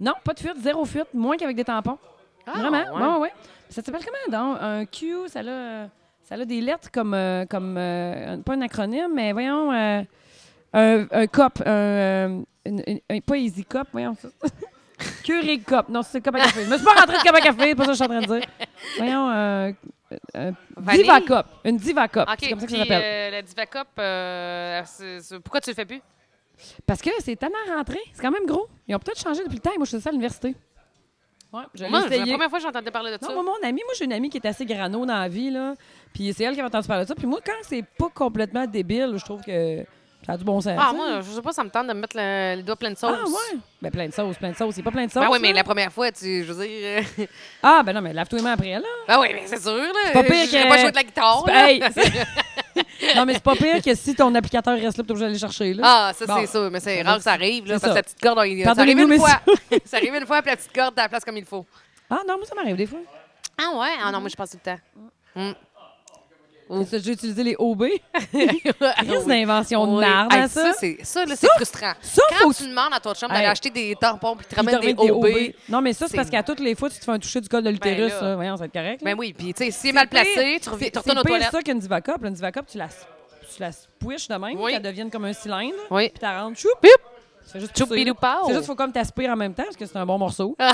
S1: Non, pas de fuite, zéro fuite, moins qu'avec des tampons.
S2: Ah,
S1: Vraiment?
S2: ouais.
S1: Ouais, ouais, ouais. Ça s'appelle comment, donc? Un Q, ça a, euh, ça a des lettres comme... euh, comme euh, pas un acronyme, mais voyons... euh, un, un COP, un, euh, une- une- un- Pas Easy COP, voyons ça. [laughs] Curie COP. Non, c'est COP à café. Je me suis pas rentrée de COP à café, c'est pas ça que je suis en train de dire. Voyons... euh, euh,
S2: Vanille?
S1: Diva Cup. Une Diva Cup.
S2: OK.
S1: c'est comme ça que ça
S2: puis,
S1: s'appelle.
S2: euh, la Divacup, euh, c'est- c'est- pourquoi tu le fais plus?
S1: Parce que c'est tannant à rentrer. C'est quand même gros. Ils ont peut-être changé depuis le temps. Moi, je faisais ça à l'université. Ouais, je l'ai
S2: Moi, c'est la
S1: essayé.
S2: première fois que j'entendais parler de ça.
S1: Non, moi, mon amie, moi, j'ai une amie qui est assez grano dans la vie, là. Puis c'est elle qui avait entendu parler de ça. Puis moi, quand c'est pas complètement débile, je trouve que ça a du bon sens.
S2: ah,
S1: ça.
S2: moi, je sais pas, ça me tente de me mettre le, le doigt plein de sauce.
S1: Ah, ouais. Ben, plein de sauce, plein de sauce. C'est pas plein de sauce.
S2: Ben oui, mais
S1: là.
S2: la première fois, tu, je veux dire. euh, [laughs]
S1: Ah, ben non, mais lave-toi les mains après, là.
S2: ben oui, mais c'est sûr, là.
S1: pas pire
S2: Je- j'aurais
S1: que-
S2: pas joué de la guitare.
S1: C'est pas-
S2: Oh, là.
S1: hey, c'est- [laughs] non, mais c'est pas pire que si ton applicateur reste là, puis t'es obligé d'aller chercher, là.
S2: Ah, ça,
S1: Bon.
S2: c'est sûr. Mais c'est rare que ça arrive, là,
S1: C'est
S2: parce que
S1: ça.
S2: la petite corde, on- ça arrive
S1: Pardonnez-nous,
S2: une fois.
S1: messieurs.
S2: [laughs] ça arrive une fois, puis la petite corde, t'as la place comme il faut.
S1: Ah, non, moi, ça m'arrive des fois.
S2: Ah ouais? Ah non, moi, je passe tout le
S1: [laughs]
S2: temps.
S1: C'est ça, J'ai utilisé les
S2: [laughs]
S1: OB.
S2: Ah Crise
S1: Crise d'invention de marde, hein, ça.
S2: Ça, c'est- ça, là, c'est frustrant.
S1: ça,
S2: Quand
S1: faut
S2: tu demandes à ton chum d'aller
S1: Hey.
S2: acheter des tampons puis te
S1: Ils te
S2: ramène des
S1: remettent
S2: OB,
S1: Non, mais ça, c'est parce
S2: C'est-
S1: qu'à toutes les fois, tu te fais un toucher du col de l'utérus.
S2: là.
S1: ça. Voyons, ça va être correct. là.
S2: ben oui, puis tu sais, s'il est mal placé, tu reviens- tu retournes aux
S1: C'est
S2: toilettes.
S1: pire ça qu'une divacop. Une divacop, tu la, tu la spuishes de même,
S2: Oui.
S1: qu'elle devienne comme un cylindre.
S2: Oui.
S1: Puis t'as rentres, choup,
S2: Bip!
S1: tu fais juste
S2: Choup,
S1: pousser,
S2: bidou,
S1: là.
S2: pow.
S1: C'est juste faut comme t'aspires en même temps, parce que c'est un bon
S2: [laughs]
S1: morceau. [laughs]
S2: Ah.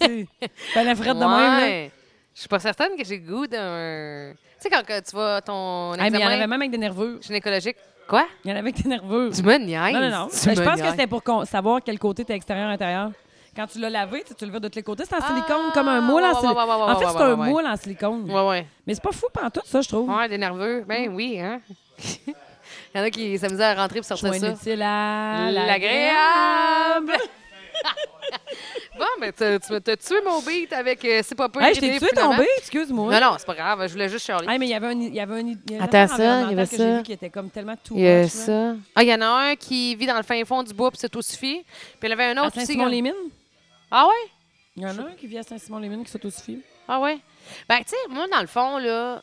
S1: c'est ben, la frette de même, là.
S2: Ouais. Je suis pas certaine que j'ai le goût d'un. Tu sais, quand que tu vas à ton
S1: Ah, mais il y en avait
S2: examen
S1: même avec des nerveux.
S2: gynécologique. Quoi?
S1: Il y en avait avec des nerveux.
S2: Tu me niaises.
S1: Non, non, non.
S2: Tu
S1: Ben, je
S2: me
S1: pense que
S2: niaises.
S1: c'était pour qu'on- savoir quel côté t'es extérieur, intérieur. Quand tu l'as lavé, tu sais, tu le veux de tous les côtés. C'est en
S2: Ah,
S1: silicone, comme un moule en
S2: ouais, ouais,
S1: silicone.
S2: ouais, ouais,
S1: En fait,
S2: ouais,
S1: c'est un
S2: ouais, ouais.
S1: moule en silicone.
S2: Ouais, ouais.
S1: Mais c'est pas fou pantoute, ça, je trouve.
S2: Ouais, des nerveux. Ben oui, hein. [laughs] Il y en a qui s'amusaient à rentrer et sortir
S1: Joint
S2: ça.
S1: utile à
S2: L'agréable. [laughs] bon, mais t'as- tu m'as tué mon beat avec euh, C'est pas peu.
S1: Hey, je
S2: l'idée,
S1: t'ai tué
S2: finalement.
S1: tombé, excuse-moi.
S2: Non, non, c'est pas grave. Je voulais juste charler.
S1: Hey, Ah, mais il y avait un. il Y avait un il y avait un
S2: Attends, ça, il y avait
S1: environnemental que
S2: ça.
S1: j'ai vu qui était comme tellement tout.
S2: Il y a
S1: moche, là.
S2: ça. Ah, il y en a un qui vit dans le fin fond du bois, puis c'est tout suffit. Puis il y en avait un
S1: À
S2: autre aussi. qui-
S1: Saint-Simon-les-Mines.
S2: Ah ouais?
S1: Il y en a un qui vit à Saint-Simon-les-Mines qui s'autosuffit.
S2: Ah ouais? Ben, tu sais, moi, dans le fond, là,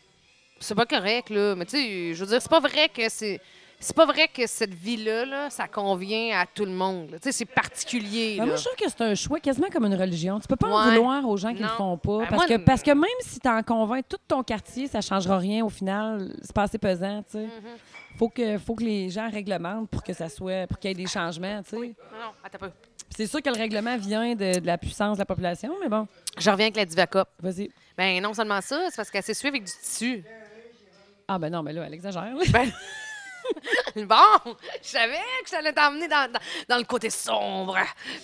S2: c'est pas correct, là. Mais tu sais, je veux dire, c'est pas vrai que c'est. C'est pas vrai que cette vie-là, là, ça convient à tout le monde. là. Tu sais, c'est particulier.
S1: Ben,
S2: là.
S1: moi, je trouve que c'est un choix quasiment comme une religion. Tu peux pas en
S2: Ouais.
S1: vouloir aux gens qui le
S2: Non.
S1: font pas.
S2: Ben,
S1: parce,
S2: moi,
S1: que,
S2: n-
S1: parce que même si tu en convaincs tout ton quartier, ça changera rien au final. C'est pas assez pesant, tu sais.
S2: Mm-hmm.
S1: faut, que, faut que les gens réglementent pour que ça soit pour qu'il y ait des changements, tu sais.
S2: Non, non, attends un peu.
S1: Puis C'est sûr que le règlement vient de, de la puissance de la population, mais bon,
S2: Je reviens avec la Divacop.
S1: vas-y.
S2: Ben non seulement ça, c'est parce qu'elle s'est suivie avec du tissu. [laughs]
S1: Ah ben non, mais là, elle exagère. là.
S2: Ben... bon, je savais que ça allait t'emmener dans, dans, dans le côté sombre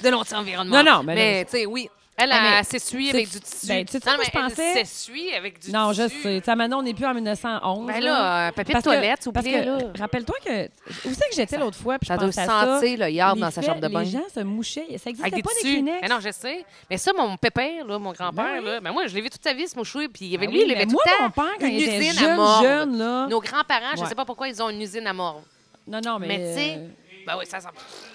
S2: de notre environnement.
S1: Non, non, mais là,
S2: tu sais, oui. Elle,
S1: Ah, mais
S2: elle s'essuie
S1: c'est-
S2: avec du tissu.
S1: ben, tu sais, moi,
S2: non, mais
S1: je pensais-
S2: Elle s'essuie avec du
S1: Non,
S2: tissu.
S1: je sais. Tu sais, maintenant, on n'est plus en 1911.
S2: Ben là, un papier de
S1: Parce que-
S2: toilette, s'il vous
S1: parce
S2: plaît,
S1: que-
S2: là.
S1: Rappelle-toi que. Où c'est que j'étais l'autre fois? Puis je
S2: ça doit
S1: pensais à
S2: sentir le yard
S1: Les
S2: dans sa
S1: faits,
S2: chambre de bain.
S1: Les gens se mouchaient. Ça
S2: Avec
S1: n'existait
S2: des
S1: pas, les
S2: tissus.
S1: Kleenex.
S2: Mais Ah, Eh non, je sais. Mais ça, mon pépère, là, mon
S1: Ben
S2: grand-père,
S1: oui.
S2: là, ben moi, je l'ai vu toute sa vie se moucher. Puis il y avait
S1: Ben
S2: lui,
S1: oui,
S2: il
S1: mais
S2: avait tout
S1: moi,
S2: le temps
S1: mon père, quand
S2: une
S1: il était
S2: usine
S1: jeune,
S2: à mordre.
S1: jeune, là-
S2: Nos grands-parents, je
S1: Ouais.
S2: sais pas pourquoi ils ont une usine à mordre.
S1: Non, non, mais.
S2: Mais tu sais,
S1: euh,
S2: ben oui, ça sent.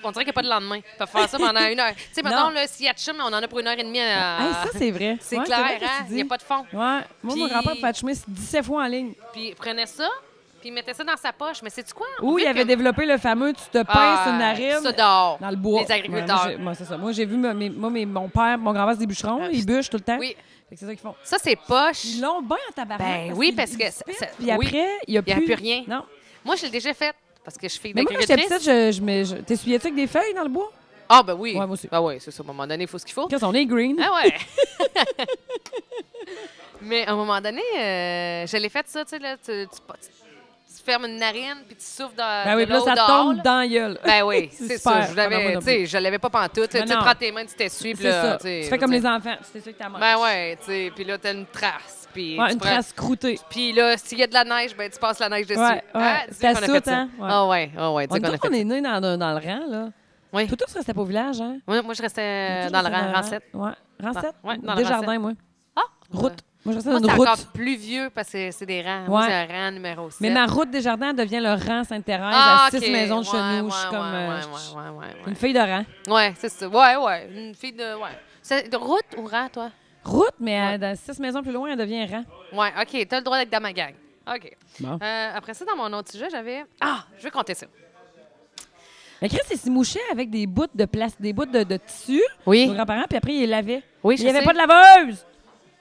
S2: On dirait qu'il n'y a pas de lendemain. Tu peux faire ça pendant une heure. Tu sais, maintenant, là, s'il y a de chum, on en a pour une heure et demie. à-
S1: hey, ça, c'est vrai.
S2: [laughs] C'est
S1: Ouais, vrai
S2: clair,
S1: que tu
S2: hein? Il n'y a
S1: dis.
S2: pas de fond.
S1: Ouais. Moi, mon
S2: Puis-
S1: grand-père pouvait cheminer 17 fois en ligne.
S2: Puis il prenait ça, puis il mettait ça dans sa poche. Mais c'est-tu quoi? On
S1: Où
S2: dit
S1: il avait
S2: que- Ah,
S1: développé le fameux tu te pinces une narine.
S2: Ça dort.
S1: Dans le bois.
S2: Les
S1: Ouais,
S2: agriculteurs.
S1: moi, j'ai- moi, c'est ça. Moi, j'ai vu mes- moi, mes- mon père, mon grand-père, c'est des bûcherons. ils bûchent tout le temps.
S2: Ah, Oui.
S1: Fait que c'est ça qu'ils font.
S2: ça, c'est poche.
S1: Ils l'ont bien en tabarnak.
S2: Ben oui,
S1: qu'ils-
S2: parce que
S1: ils
S2: ça-
S1: se pètent,
S2: ça-
S1: Puis
S2: oui.
S1: après, il n'y a,
S2: Il y a plus rien.
S1: Non.
S2: Moi, je l'ai déjà faite parce que je fille
S1: Mais moi, quand j'étais petite,
S2: d'agricultrice.
S1: je, je, me- je- t'essuyais-tu avec des feuilles dans le bois?
S2: Ah, ben oui.
S1: Ouais, moi aussi.
S2: Ben oui, c'est ça. À un moment donné, il faut ce qu'il faut.
S1: Qu'est-ce qu'on est green?
S2: Ah ouais! [laughs] Mais à un moment donné, euh, je l'ai fait ça, tu sais, là, tu, tu- tu- tu fermes une narine, puis tu souffles dans
S1: ben oui,
S2: de
S1: puis là,
S2: l'eau
S1: ça
S2: dehors,
S1: tombe
S2: là.
S1: dans la gueule.
S2: Ben
S1: [laughs]
S2: oui, c'est
S1: Super.
S2: ça. Je
S1: Ah, non, moi
S2: l'avais,
S1: non
S2: tu sais, je l'avais pas pantoute.
S1: Mais
S2: Tu
S1: non.
S2: prends tes mains, tu t'essuies,
S1: C'est
S2: puis là,
S1: ça.
S2: tu sais,
S1: Tu
S2: je
S1: fais
S2: veux
S1: comme
S2: dire.
S1: les enfants. C'est sûr que t'as mangé.
S2: Ben ouais, tu sais, puis là, t'as une trace, puis
S1: Ouais,
S2: tu
S1: une
S2: prends-
S1: trace croûtée.
S2: Puis là, s'il y a de la neige, ben tu passes la neige dessus.
S1: Ouais, ouais.
S2: Ah,
S1: C'était
S2: qu'on a
S1: soute,
S2: fait ça.
S1: hein? Ouais.
S2: Ah ouais, ah ouais, tu
S1: On
S2: sais qu'on
S1: dit
S2: a
S1: qu'on
S2: fait
S1: est nés dans, dans, dans le rang, là.
S2: ça. Ouais.
S1: Toi, tous restais pas au village, hein?
S2: Moi, moi, je restais euh,
S1: Toi,
S2: dans le
S1: restais
S2: rang rancette.
S1: Ouais. Rancette?
S2: Ouais, dans le
S1: Desjardins, moi.
S2: Ah!
S1: Route. Moi, je restais
S2: Moi,
S1: dans
S2: c'est
S1: une route.
S2: encore plus vieux parce que c'est des rangs. Moi,
S1: Ouais.
S2: c'est un rang numéro Ah, 7.
S1: Mais ma route des jardins devient le rang Sainte-Thérèse à six maisons de chez nous. je suis comme euh, je suis
S2: Ouais, ouais, ouais, ouais.
S1: une fille de rang.
S2: Ouais, c'est ça. Ouais, ouais. Une fille de. Ouais. C'est de route ou rang, toi?
S1: Route, mais à- dans six maisons plus loin, elle devient rang.
S2: Ouais, OK. T'as le droit d'être dans ma gang. OK.
S1: Bon.
S2: Euh, après ça, dans mon autre sujet, j'avais. Ah, je vais compter ça.
S1: Mais Chris, il se mouchait avec des bouts de place, des bouts de, de tissu.
S2: Oui.
S1: Nos grands-parents, puis après, il les lavait.
S2: Oui,
S1: il
S2: je
S1: n'y avait
S2: sais.
S1: pas de laveuse!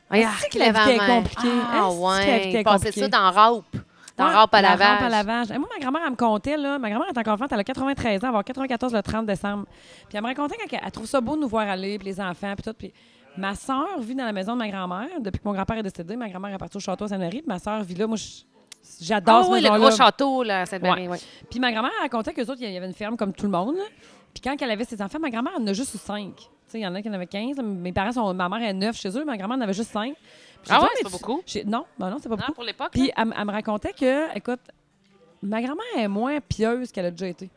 S2: Ah,
S1: c'est que la vie était compliquée. Ah, c'est que la
S2: Ah,
S1: vie
S2: ouais.
S1: était
S2: Il passait
S1: compliquée.
S2: ça dans Raupe. Dans
S1: Ouais,
S2: Raupe à
S1: la
S2: lavage.
S1: rampe à lavage. Et moi, ma grand-mère, elle me contait, là, ma grand-mère, en tant qu'enfant, elle a 93 ans, elle va avoir 94 le 30 décembre. Puis elle me racontait qu'elle elle trouve ça beau de nous voir aller, puis les enfants, puis tout. Puis ma sœur vit dans la maison de ma grand-mère. Depuis que mon grand-père est décédé, ma grand-mère est partie au château à Sainte-Marie, puis ma sœur vit là. Moi, je-
S2: Ah,
S1: j'adore ce
S2: oui, le
S1: maison-là.
S2: gros château, là, à Sainte-Marie.
S1: Ouais.
S2: Ouais.
S1: Puis ma grand-mère racontait qu'eux autres, il y avait une ferme comme tout le monde. là. Puis quand elle avait ses enfants, ma grand-mère en a juste eu cinq. Tu sais, il y en a qui en avaient 15. là. Mes parents sont. Ma mère est neuf chez eux, ma grand-mère en avait juste cinq. Puis j'ai
S2: Ah
S1: dit,
S2: ouais,
S1: mais
S2: c'est pas
S1: tu-
S2: beaucoup.
S1: j'ai- Non, ben non, non, c'est pas
S2: Non,
S1: beaucoup.
S2: pour l'époque.
S1: Puis elle, m- elle me racontait que, écoute, ma grand-mère est moins pieuse qu'elle a déjà été.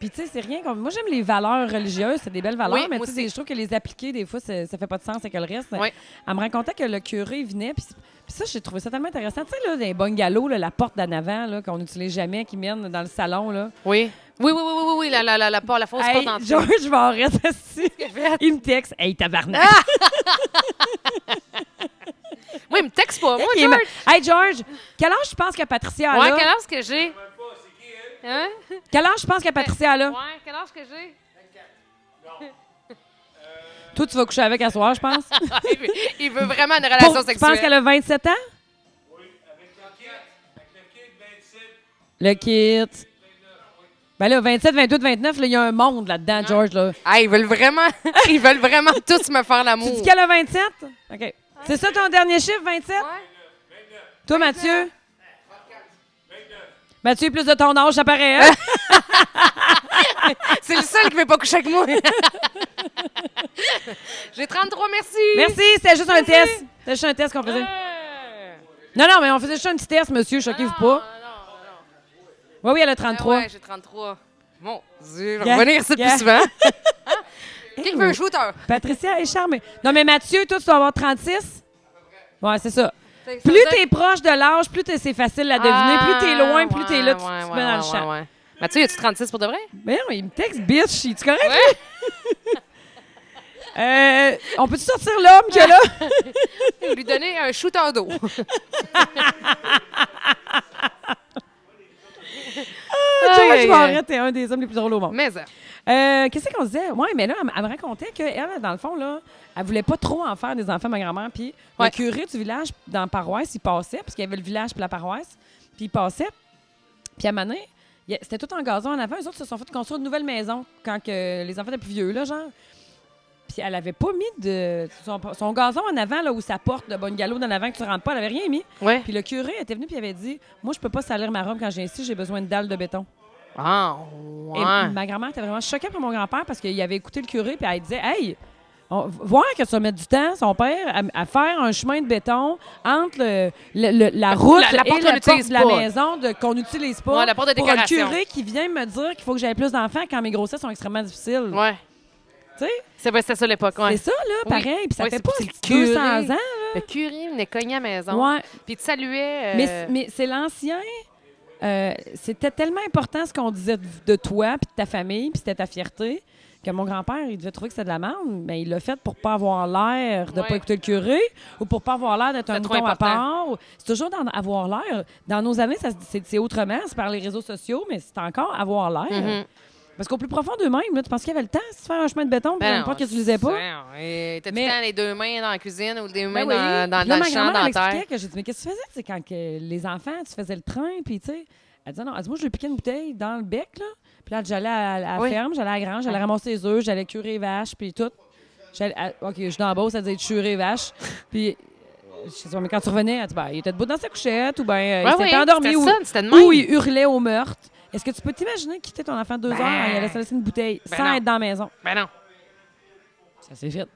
S1: Puis tu sais, c'est rien comme. Moi, j'aime les valeurs religieuses, c'est des belles valeurs,
S2: Oui,
S1: mais
S2: moi
S1: tu sais,
S2: aussi.
S1: je trouve que les appliquer, des fois, ça, ça fait pas de sens avec le reste.
S2: Oui.
S1: Elle me racontait que le curé venait, puis puis ça, j'ai trouvé ça tellement intéressant. Tu sais, là, dans les bungalows, là, la porte d'en avant, là, qu'on n'utilise jamais, qui mène dans le salon, là.
S2: Oui. Oui, oui, oui, oui, oui, oui, la, la, la, la, la fausse
S1: Hey,
S2: porte d'entrée.
S1: George [laughs] Barrette, assis.
S2: fait?
S1: il me texte, hey, tabarnak.
S2: Ah, Moi, il me texte pas. Moi,
S1: [laughs] Il est
S2: George.
S1: ma- Hey, George, quel âge tu penses que Patricia a,
S2: Ouais,
S1: là?
S2: quel âge que j'ai? Hein?
S1: Quel âge tu penses que Patricia a, là?
S2: Ouais, quel âge que j'ai?
S1: Toi, tu vas coucher avec à soir, je pense.
S2: Ah, Il veut- Il veut vraiment une relation
S1: Pour- tu
S2: sexuelle.
S1: penses qu'elle a 27 ans? Le kit. Ben là, 27, 28, 29, là, il y a un monde là-dedans, George. Là.
S2: Ah, ils veulent vraiment, [laughs] ils veulent vraiment tous me faire l'amour.
S1: Tu dis qu'elle a 27? OK. C'est ça ton dernier chiffre, 27? Toi, Mathieu? Mathieu, plus de ton âge, ça paraît. hein?
S2: C'est le seul qui veut pas coucher avec
S1: [laughs]
S2: moi. j'ai 33, merci.
S1: Merci, c'était juste un test. C'était juste un test qu'on faisait.
S2: Euh,
S1: Non, non, mais on faisait juste un petit test, monsieur, choquez-vous
S2: non,
S1: pas.
S2: non, non.
S1: Oui, oui, elle a
S2: Ah
S1: 33.
S2: ouais, j'ai 33. Mon Dieu, je vais
S1: Yeah,
S2: revenir ici
S1: yeah. [laughs]
S2: plus souvent. Hein? Qui veut un shooter?
S1: Patricia est charmée. Non, mais Mathieu, toi, tu dois avoir 36? Ouais, c'est ça.
S2: C'est- ça
S1: Plus
S2: veut dire-
S1: t'es proche de l'âge, plus t'es- c'est facile à deviner. Plus t'es loin, plus t'es là, tu,
S2: Ah, Ouais,
S1: tu te
S2: ouais,
S1: mets dans le
S2: ouais,
S1: champ.
S2: ouais, ouais. Mathieu, as-tu 36 pour de vrai?
S1: Mais non, il me texte, bitch. Tu correct?
S2: Ouais.
S1: [laughs] Euh, on peut-tu sortir l'homme que
S2: [laughs]
S1: là?
S2: Ou lui donner un shoot
S1: [laughs]
S2: en [laughs] dos.
S1: Ah, Serge
S2: euh,
S1: Barrette est un des hommes les plus drôles au monde.
S2: Mais ça.
S1: Euh, Qu'est-ce qu'on se disait? Oui, mais là, elle, m- elle me racontait qu'elle, dans le fond, là, elle voulait pas trop en faire des enfants, ma grand-mère. Puis
S2: Ouais.
S1: le curé du village, dans la paroisse, il passait, parce qu'il y avait le village puis la paroisse, puis il passait. Puis à Manin, c'était tout en gazon en avant. Eux autres se sont fait construire une nouvelle maison quand que les enfants étaient plus vieux, là, genre. Puis elle avait pas mis de son, son gazon en avant, là, ou sa porte de bonne galop en avant que tu rentres pas, elle avait rien mis.
S2: Ouais.
S1: Puis le curé était venu puis il avait dit Moi, je peux pas salir ma robe quand j'ai ici, j'ai besoin de dalles de béton.
S2: Ah,
S1: Et
S2: ouais.
S1: ma grand-mère était vraiment choquée pour mon grand-père parce qu'il avait écouté le curé, puis elle disait Hey, on- voir que ça met du temps, son père, à, à faire un chemin de béton entre le- le- le- la route
S2: la porte
S1: et
S2: qu'on
S1: la porte
S2: n'utilise
S1: de la
S2: pas.
S1: maison de- qu'on n'utilise pas.
S2: Ouais, la porte de
S1: pour un
S2: décoration.
S1: curé qui vient me dire qu'il faut que j'aie plus d'enfants quand mes grossesses sont extrêmement difficiles.
S2: Ouais.
S1: Tu sais,
S2: C'est ouais, c'était ça l'époque. Ouais.
S1: c'est ça, là,
S2: Oui.
S1: pareil. Puis ça
S2: Ouais,
S1: fait
S2: c'est-
S1: pas
S2: c'est le
S1: 200
S2: curé.
S1: ans.
S2: Le curé venait cogner à la maison.
S1: Ouais.
S2: Puis tu saluais. euh,
S1: Mais, c- mais c'est l'ancien. euh, c'était tellement important ce qu'on disait de, de toi, puis de ta famille, puis c'était ta fierté, que mon grand-père, il devait trouver que c'était de la merde, mais il l'a fait pour pas avoir l'air de
S2: Ouais.
S1: pas écouter le curé ou pour pas avoir l'air d'être un
S2: C'est trop
S1: mouton à
S2: important.
S1: part. ou- C'est toujours d'en avoir l'air. Dans nos années, ça se- c'est c'est autrement, c'est par les réseaux sociaux, mais c'est encore avoir l'air.
S2: Mhm.
S1: Parce qu'au plus profond d'eux-mêmes, là, tu penses qu'il y avait le temps de se faire un chemin de béton, puis
S2: Ben
S1: peu importe que
S2: non,
S1: tu lisais pas.
S2: c'est- ouais, T'as
S1: Mais-
S2: tout le temps les deux mains dans la cuisine ou des mains
S1: Ben oui.
S2: dans, dans,
S1: Puis
S2: dans
S1: là,
S2: le
S1: ma
S2: champ,
S1: grand-mère,
S2: dans
S1: elle
S2: la terre.
S1: expliquait que j'ai dit, mais qu'est-ce que tu faisais, tu sais, quand que les enfants, tu faisais le train, puis tu sais. Elle disait, non, elle dit, moi, je lui piquais une bouteille dans le bec, là. Puis là, j'allais à la à la
S2: Oui. Ah.
S1: ferme, j'allais à la grange, j'allais ramasser les œufs, j'allais curer les vaches, puis tout. J'allais à- OK, je suis dans la Beauce, elle disait, curer les vaches. Puis, euh, je sais pas, mais quand tu revenais, elle dit, ben, il était debout dans sa couchette, ou ben, euh,
S2: Ouais,
S1: il
S2: ouais,
S1: s'était endormi,
S2: c'était
S1: ou,
S2: ça, c'était de
S1: ou
S2: même.
S1: il hurlait au meurtre. Est-ce que tu peux t'imaginer quitter ton enfant deux
S2: Ben,
S1: heures et aller se laisser une bouteille
S2: ben
S1: sans
S2: non.
S1: être dans la maison?
S2: Ben non.
S1: Ça, c'est vite.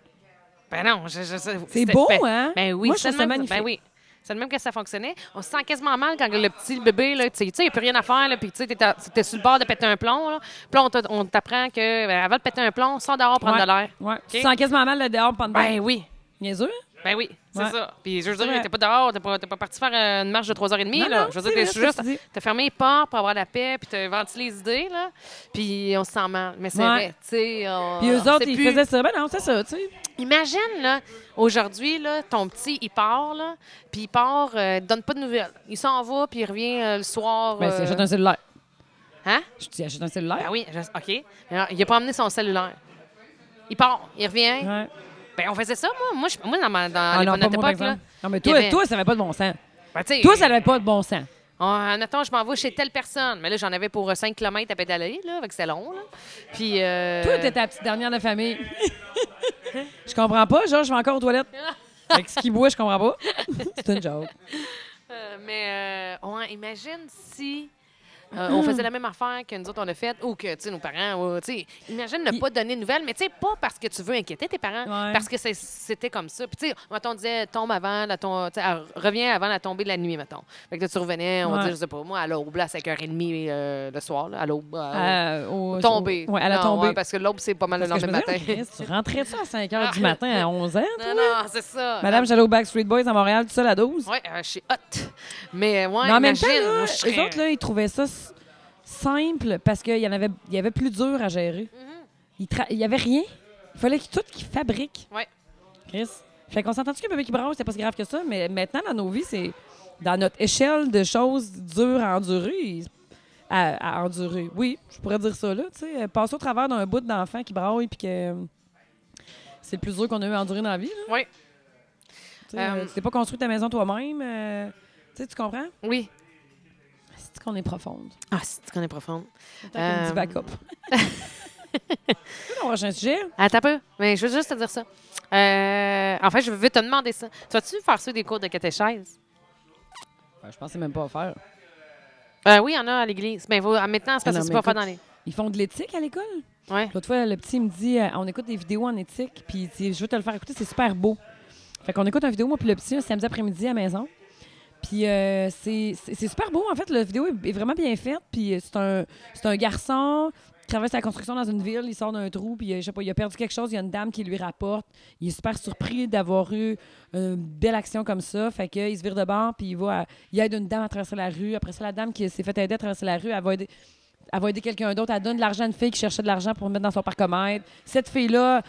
S2: Ben non. je- je-
S1: C'est
S2: c'était-
S1: beau,
S2: ben-
S1: hein?
S2: Ben oui,
S1: Moi, je
S2: c'est
S1: trouve
S2: de
S1: ça
S2: même-
S1: magnifique.
S2: Ben oui. C'est le même que ça fonctionnait. On se sent quasiment mal quand le petit le bébé, là, tu sais, tu sais, il n'y a plus rien à faire, là, puis tu sais, t'es à- t'es sur le bord de péter un plomb, là. Puis là, on t'a- on t'apprend que, ben, avant de péter un plomb, sans dehors prendre
S1: Ouais.
S2: de l'air.
S1: Ouais. Tu
S2: OK.
S1: sens quasiment mal le dehors pendant
S2: Ben oui.
S1: Niaiseux, hein?
S2: Ben oui, c'est
S1: Ouais.
S2: ça. Puis je veux
S1: C'est
S2: dire,
S1: vrai.
S2: t'es pas dehors, t'es pas, t'es pas parti faire euh, une marche de 3h30.
S1: Non,
S2: Là.
S1: non,
S2: je
S1: c'est
S2: veux dire, t'es
S1: vrai ce que
S2: juste.
S1: tu dis.
S2: T'as fermé les portes pour avoir la paix, puis t'as ventilé les idées, là. Puis on se sent mal. Mais c'est
S1: Ouais.
S2: vrai, tu sais. on-
S1: Puis eux
S2: on sait
S1: autres, ils
S2: Ah, plus.
S1: faisaient ça. Ben non, c'est ça, tu sais.
S2: Imagine, là, aujourd'hui, là, ton petit, il part, là, puis il part, euh, il te donne pas de nouvelles. Il s'en va, puis il revient euh, le soir.
S1: Ben, c'est
S2: euh,
S1: achète un cellulaire.
S2: Hein?
S1: Je dis, achète un cellulaire.
S2: Ben oui, je- OK. Mais alors, il a pas emmené son cellulaire. Il part, il revient.
S1: Ouais.
S2: Ben, on faisait ça, moi. Moi, je- moi dans, ma, dans
S1: Ah
S2: les
S1: non,
S2: bonnes
S1: pas moi, par
S2: époques, là.
S1: exemple. Non, mais
S2: il y
S1: toi,
S2: avait-
S1: toi, ça n'avait pas de bon sens.
S2: Ben, tu sais,
S1: Toi, ça n'avait pas de bon sens.
S2: Ah, mettons, je m'en vais chez telle personne. Mais là, j'en avais pour 5 km à pédaler, là, fait que c'était long, là. Puis. euh,
S1: Toi, t'es ta petite dernière de famille. je comprends pas. Genre, je vais encore aux
S2: [laughs]
S1: toilettes. Avec ce qu'il boit, je comprends pas. c'est une joke.
S2: euh, mais, euh, ouais, imagine si. euh,
S1: Hmm.
S2: on faisait la même affaire que nous autres on a faite, ou que tu sais, nos parents, ou, tu sais, imagine ne
S1: Il-
S2: pas donner de nouvelles, mais tu sais, pas parce que tu veux inquiéter tes parents,
S1: Ouais.
S2: parce que c'est- c'était comme ça. Puis tu sais, mettons, on disait tombe avant la tombe, reviens avant la tombée de la nuit, mettons. Fait que là, tu revenais, on va
S1: Ouais.
S2: dire, je sais pas, moi, à l'aube, là, à 5h30 euh, le soir, là, à l'aube. à-
S1: Euh, au-
S2: Tombée.
S1: Ouais, elle a
S2: Non,
S1: tombé.
S2: ouais, parce que l'aube, c'est pas mal
S1: Parce
S2: le
S1: que
S2: lendemain
S1: je me
S2: matin. Ah.
S1: disais, Chris, tu rentrais ça à 5 h du matin à 11 ans, toi?
S2: Non, non, c'est ça.
S1: Madame, j'allais au Backstreet Boys à Montréal, tout seul à 12.
S2: Oui, je suis hot. Mais ouais,
S1: Mais en même temps,
S2: imagine,
S1: là,
S2: moi, je serais-
S1: eux autres, là, ils trouvaient ça s- simple parce qu'il y en avait, il y avait plus dur à gérer. Il tra- Il y avait rien. Il fallait qu'ils tout qu'ils fabriquent.
S2: Mm-hmm. Ouais.
S1: Chris. Fait qu'on s'entend-tu qu'un bébé qui brasse, c'est pas si grave que ça, mais maintenant, dans nos vies, c'est dans notre échelle de choses dures à endurer. À, à endurer. Oui, je pourrais dire ça là. Tu sais, passer au travers d'un bout d'enfant qui braille puis que euh, c'est le plus dur qu'on a eu à endurer dans la vie. là.
S2: Ouais.
S1: Tu sais,
S2: Euh,
S1: euh, tu t'es pas construit ta maison toi-même. euh, tu sais, tu comprends?
S2: Oui.
S1: C'est qu'on est profonde.
S2: Ah, si tu connais profonde.
S1: Tant qu'on
S2: Euh,
S1: dit backup. on va changer un sujet.
S2: Attends un peu. Mais je veux juste te dire ça. Euh, en fait, je veux te demander ça. Tu vas-tu faire ça des cours de catéchèse?
S1: je pensais même pas à faire.
S2: Euh, oui, il y en a à l'église. Mais vous- ah, maintenant, c'est parce
S1: Non,
S2: que tu
S1: mais
S2: peux pas
S1: écoute,
S2: dans les.
S1: Ils font de l'éthique à l'école?
S2: Ouais.
S1: L'autre fois, le petit il me dit euh, on écoute des vidéos en éthique, puis il dit, je veux te le faire écouter, c'est super beau. Fait qu'on écoute une vidéo, moi, puis le petit, un samedi après-midi à la maison. Puis euh, c'est c'est- c'est super beau, en fait. La vidéo est, est vraiment bien faite. Puis euh, c'est un, c'est un garçon qui traverse la construction dans une ville, il sort d'un trou, puis euh, je sais pas, il a perdu quelque chose, il y a une dame qui lui rapporte. Il est super surpris d'avoir eu une belle action comme ça. Fait qu'il se vire de bord, puis il va, à- il aide une dame à traverser la rue. Après ça, la dame qui s'est fait aider à traverser la rue, elle va aider elle va aider quelqu'un d'autre, elle donne de l'argent à une fille qui cherchait de l'argent pour mettre dans son parcomètre. Cette fille-là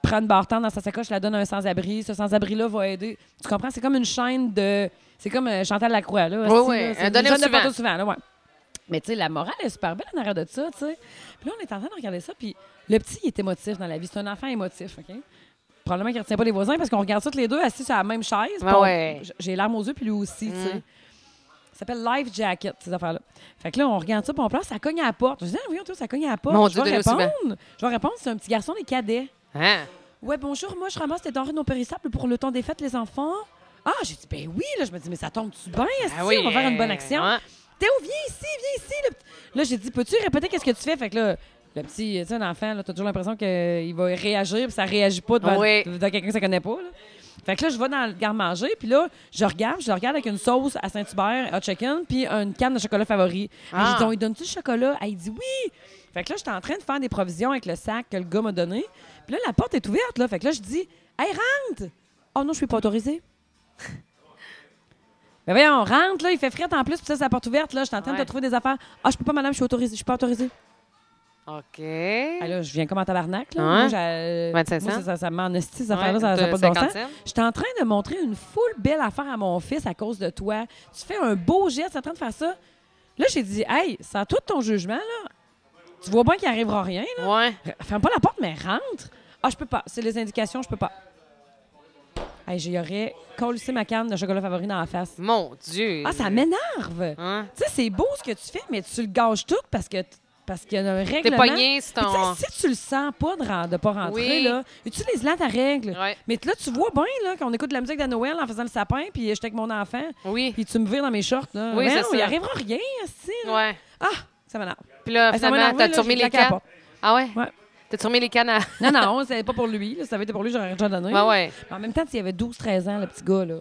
S1: prend une barre dans sa sacoche, la donne à un sans-abri. Ce sans-abri-là va aider. Tu comprends? C'est comme une chaîne de. C'est comme euh, Chantal Lacroix, là.
S2: Oui,
S1: Aussi,
S2: oui.
S1: là, c'est
S2: Euh,
S1: une
S2: donnez au
S1: chaîne de
S2: suivant.
S1: photos souvent, là, ouais. Mais tu sais, la morale est super belle en arrière de ça, tu sais. Puis là, on est en train de regarder ça, puis le petit, il est émotif dans la vie. C'est un enfant émotif, OK? Probablement qu'il ne retient pas les voisins parce qu'on regarde tous les deux assis sur la même chaise. puis
S2: Ah
S1: on-
S2: ouais.
S1: j- J'ai l'arme aux yeux, puis lui aussi, tu sais.
S2: Mm.
S1: Ça s'appelle Life Jacket, ces affaires-là. Fait que là, on regarde ça, puis on pleure, ça cogne à la porte. Je dis, ah, voyons, toi, ça cogne à la porte.
S2: Mon
S1: je vais
S2: Dieu, ben. déjà
S1: répondre. Je vais répondre, c'est un petit garçon des cadets.
S2: Hein?
S1: Ouais, bonjour, moi je ramasse les denrées non périssables pour le temps des fêtes, les enfants. Ah, j'ai dit, ben oui, là, je me dis, mais ça tombe-tu bien, est-ce
S2: Ah oui,
S1: on va faire une bonne
S2: euh,
S1: action?
S2: ouais.
S1: Théo, viens ici, viens ici. le petit- Là, j'ai dit, peux-tu répéter qu'est-ce que tu fais? Fait que là, le petit, tu sais, un enfant, là, t'as toujours l'impression qu'il va réagir, puis ça réagit pas devant,
S2: Oui.
S1: devant quelqu'un que ça connaît pas, là. Fait que là, je vais dans le garde-manger, puis là, je regarde, je le regarde avec une sauce à Saint-Hubert, hot chicken, puis une canne de chocolat favori.
S2: Ah.
S1: Ah. J'ai dit, on lui donne-tu le chocolat? Elle il dit oui! Fait que là, j'étais en train de faire des provisions avec le sac que le gars m'a donné. Puis là, la porte est ouverte, là. Fait que là, je dis, hey, rentre! Oh non, je suis pas autorisée. [laughs] Mais voyons, rentre, là, il fait frette en plus, puis ça, c'est la porte ouverte, là. Je suis en train de
S2: Ouais.
S1: trouver des affaires. Ah, je peux pas, madame, je suis autorisée, je suis pas autorisée.
S2: OK.
S1: Ah, là, je viens comme en tabarnak, là.
S2: Ouais.
S1: Moi, j'ai-
S2: 25
S1: moi,
S2: cents.
S1: ça, ça, ça m'ennestie, ces
S2: Ouais,
S1: affaires-là, ça ça a
S2: de
S1: pas de bon sens.
S2: 50 cents.
S1: J'étais en train de montrer une foule belle affaire à mon fils à cause de toi. Tu fais un beau geste, t'es en train de faire ça. Là, j'ai dit, hey, sans tout ton jugement, là, tu vois bien qu'il arrivera rien, là.
S2: Ouais.
S1: R- Euh, Ferme pas la porte, mais rentre. Ah, je peux pas. C'est les indications, je peux pas. Hey, j'y aurais collé ma canne de chocolat favori dans la face.
S2: Mon Dieu.
S1: Ah, ça m'énerve!
S2: Hein?
S1: Tu sais, c'est beau ce que tu fais, mais tu le gâches tout parce que t- parce qu'il y a un règlement.
S2: T'es pogné, c'est
S1: Puis
S2: ton.
S1: tu sais, si tu le sens pas de, ren- de pas rentrer,
S2: Oui.
S1: là, utilise-la ta règle.
S2: Ouais.
S1: Mais t- là, tu vois bien là, qu'on écoute de la musique de Noël en faisant le sapin, puis j'étais avec mon enfant,
S2: Oui.
S1: puis tu me vires dans mes shorts. Là.
S2: Oui,
S1: Ben
S2: c'est
S1: non,
S2: ça.
S1: Il arrivera rien, esti, là.
S2: Ouais.
S1: Ah, ça m'énerve.
S2: Puis là,
S1: Ah, ça m'a
S2: finalement,
S1: énervé,
S2: t'as
S1: là,
S2: tourné
S1: j'ai
S2: les
S1: claqué la
S2: cannes.
S1: porte.
S2: Ah ouais?
S1: Ouais.
S2: T'as tourné les cannes à.
S1: Non, non, c'était pas pour lui. Là. Ça avait été pour lui, j'aurais déjà donné.
S2: Ouais, ouais.
S1: Mais En même temps, il avait 12-13 ans, le petit gars. Là.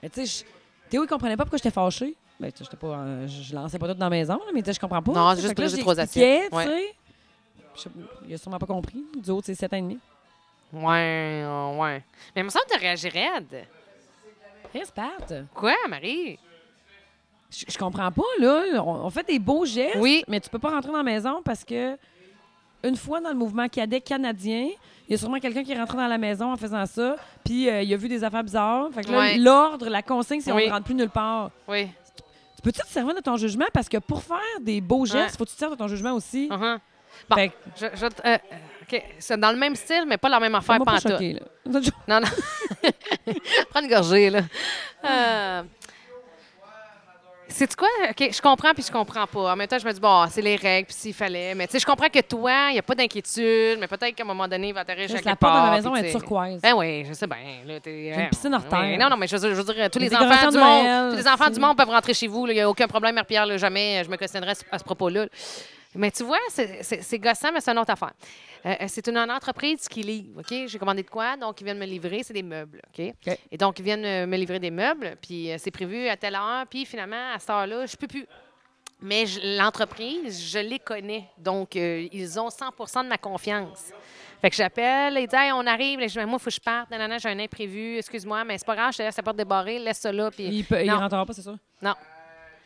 S1: Mais tu sais, je- Théo, il comprenait pas pourquoi j'étais fâchée. Ben, tu sais, j'étais pas, euh, je je lançais pas tout dans la maison, là, mais il disait, je comprends pas.
S2: Non,
S1: tu sais.
S2: juste
S1: Fait que là,
S2: briser
S1: j'y
S2: trois
S1: expliquais,
S2: assiettes.
S1: tu sais. Je sais pas, Il a sûrement pas compris. Du haut, c'est 7 ans et demi.
S2: Ouais, euh, ouais. Mais il me semble que t'as réagi raide.
S1: Chris, Pat,
S2: Quoi, Marie?
S1: je je comprends pas, là. On, on fait des beaux gestes,
S2: Oui.
S1: mais tu peux pas rentrer dans la maison parce que une fois dans le mouvement cadet canadien, il y a sûrement quelqu'un qui est rentré dans la maison en faisant ça, puis euh, il a vu des affaires bizarres. Fait que là,
S2: Ouais.
S1: l'ordre, la consigne, c'est
S2: Oui.
S1: on ne rentre plus nulle part.
S2: Oui.
S1: Tu peux-tu te servir de ton jugement? Parce que pour faire des beaux gestes,
S2: Ouais.
S1: faut que tu te serves de ton jugement aussi.
S2: Uh-huh. Bon,
S1: Fait que-
S2: je, je, te- euh, OK. C'est dans le même style, mais pas la même affaire
S1: Fais-moi pas
S2: pantoute.
S1: choquer, là. [laughs]
S2: Non, non. Prends une gorgée, là.
S1: Ah.
S2: Euh... C'est quoi? OK, je comprends puis je comprends pas. En même temps, je me dis, bon, c'est les règles, puis s'il fallait. Mais tu sais, je comprends que toi, il n'y a pas d'inquiétude, mais peut-être qu'à un moment donné, il va atterrir
S1: Juste
S2: chaque
S1: la porte de ma maison
S2: puis
S1: est
S2: tu sais.
S1: turquoise.
S2: Ben oui, je sais bien. là, t'es-
S1: J'ai une piscine hors
S2: Oui.
S1: terre.
S2: Non, non, mais je veux dire, je veux dire, tous
S1: Une
S2: les enfants
S1: décoration
S2: du
S1: de
S2: monde,
S1: Noël,
S2: tous les enfants
S1: c'est-
S2: du monde peuvent rentrer chez vous. là, Il n'y a aucun problème, Marie-Pierre, là, jamais. euh, Je me questionnerais à ce- à ce propos-là. Mais tu vois, c'est- c'est c'est gossant, mais c'est une autre affaire. Euh, euh, c'est une, une entreprise qui livre, OK? J'ai commandé de quoi? Donc, ils viennent me livrer, c'est des meubles, OK?
S1: OK.
S2: Et donc, ils viennent euh, me livrer des meubles, puis euh, c'est prévu à telle heure, puis finalement, à cette heure-là, je peux plus. Mais je- l'entreprise, je les connais. Donc, euh, ils ont 100 de ma confiance. Fait que j'appelle, ils disent Hey, on arrive. Là, je dis Ben, Moi, il faut que je parte. Nanana, j'ai un imprévu. Excuse-moi, mais c'est pas grave, je te laisse la porte débarrée. Laisse ça là. Puis...
S1: Il, peut, il
S2: Non.
S1: rentrera pas, c'est sûr.
S2: Non.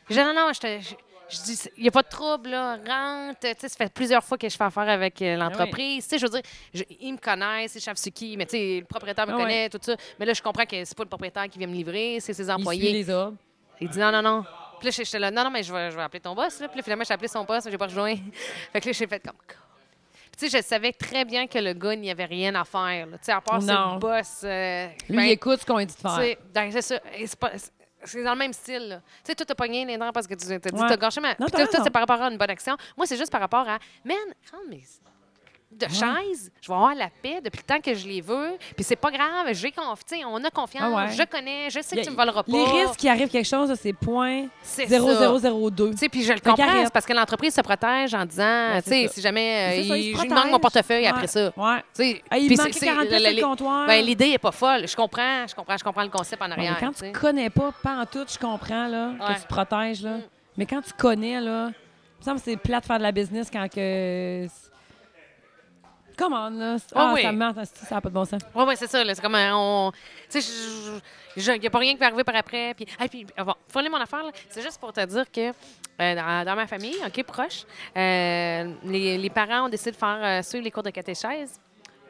S2: Je dis, non, non, je, te, je, je dis, il n'y a pas de trouble, là. Rentre. Tu sais, ça fait plusieurs fois que je fais affaire avec
S1: Ben
S2: euh, l'entreprise. Tu sais, je veux dire, je- ils me connaissent, ils savent ce qui, mais tu sais, le propriétaire me
S1: Ah ouais.
S2: connaît, tout ça. Mais là, je comprends que c'est pas le propriétaire qui vient me livrer, c'est ses
S1: Il
S2: employés.
S1: suit les ordres.
S2: Il dit non, non, non. Puis là, j'étais là, non, non, mais je vais, je vais appeler ton boss. Là. Puis là, finalement, j'ai appelé son boss, mais j'ai pas rejoint. [laughs] fait que là, j'ai fait comme. Puis tu sais, je savais très bien que le gars, il n'y avait rien à faire. là. Tu sais, à part
S1: Non.
S2: ce boss. euh,
S1: Lui,
S2: ben,
S1: il écoute ce qu'on lui dit de
S2: tu
S1: faire.
S2: sais, dans- c'est ça. Et c'est pas- c'est- C'est dans le même style. là. Tu sais, toi, t'as pogné les dents parce que tu t'as dit,
S1: Ouais.
S2: t'as gâché ma.
S1: Non,
S2: Puis
S1: t'as
S2: toi, toi,
S1: raison.
S2: c'est par rapport à une bonne action. Moi, c'est juste par rapport à. Man, rentre mes. De chaise, je vais avoir la paix depuis le temps que je les veux. Puis c'est pas grave, j'ai conf... tu sais, on a confiance,
S1: Ah ouais.
S2: je connais, je sais que
S1: Il-
S2: tu me voleras pas.
S1: Les risques qu'il arrive quelque chose, là, c'est point
S2: C'est ça.
S1: 0002.
S2: Tu sais, puis je le
S1: Fait
S2: comprends,
S1: qu'arrête.
S2: c'est parce que l'entreprise se protège en disant,
S1: Ben,
S2: tu
S1: c'est
S2: sais,
S1: ça.
S2: si jamais euh,
S1: C'est ça, se
S2: il- je lui
S1: protège.
S2: manque mon portefeuille
S1: Ouais.
S2: après ça.
S1: Ouais.
S2: Tu sais,
S1: Ah, il
S2: puis
S1: manquait 40 pièces sur le comptoir.
S2: Ben, l'idée est pas folle. Je comprends, je comprends, je comprends le concept en
S1: Ouais,
S2: arrière.
S1: mais quand
S2: tu
S1: tu
S2: sais.
S1: connais pas, pas en tout, je comprends là,
S2: Ouais. Mm.
S1: que tu te protèges. Là. Mais quand tu connais, là, il me semble que c'est plat de faire de la business quand que. Come on, là. Ah,
S2: oui.
S1: ça me ment, ça n'a pas de bon sens.
S2: Oui, oui, c'est ça. là, C'est comme euh, on. Tu sais, il n'y a pas rien qui va arriver par après. Puis, ah, puis ah, bon, faut aller mon affaire, là. C'est juste pour te dire que euh, dans, dans ma famille, OK, proche, euh, les, les parents ont décidé de faire euh, suivre les cours de catéchèse.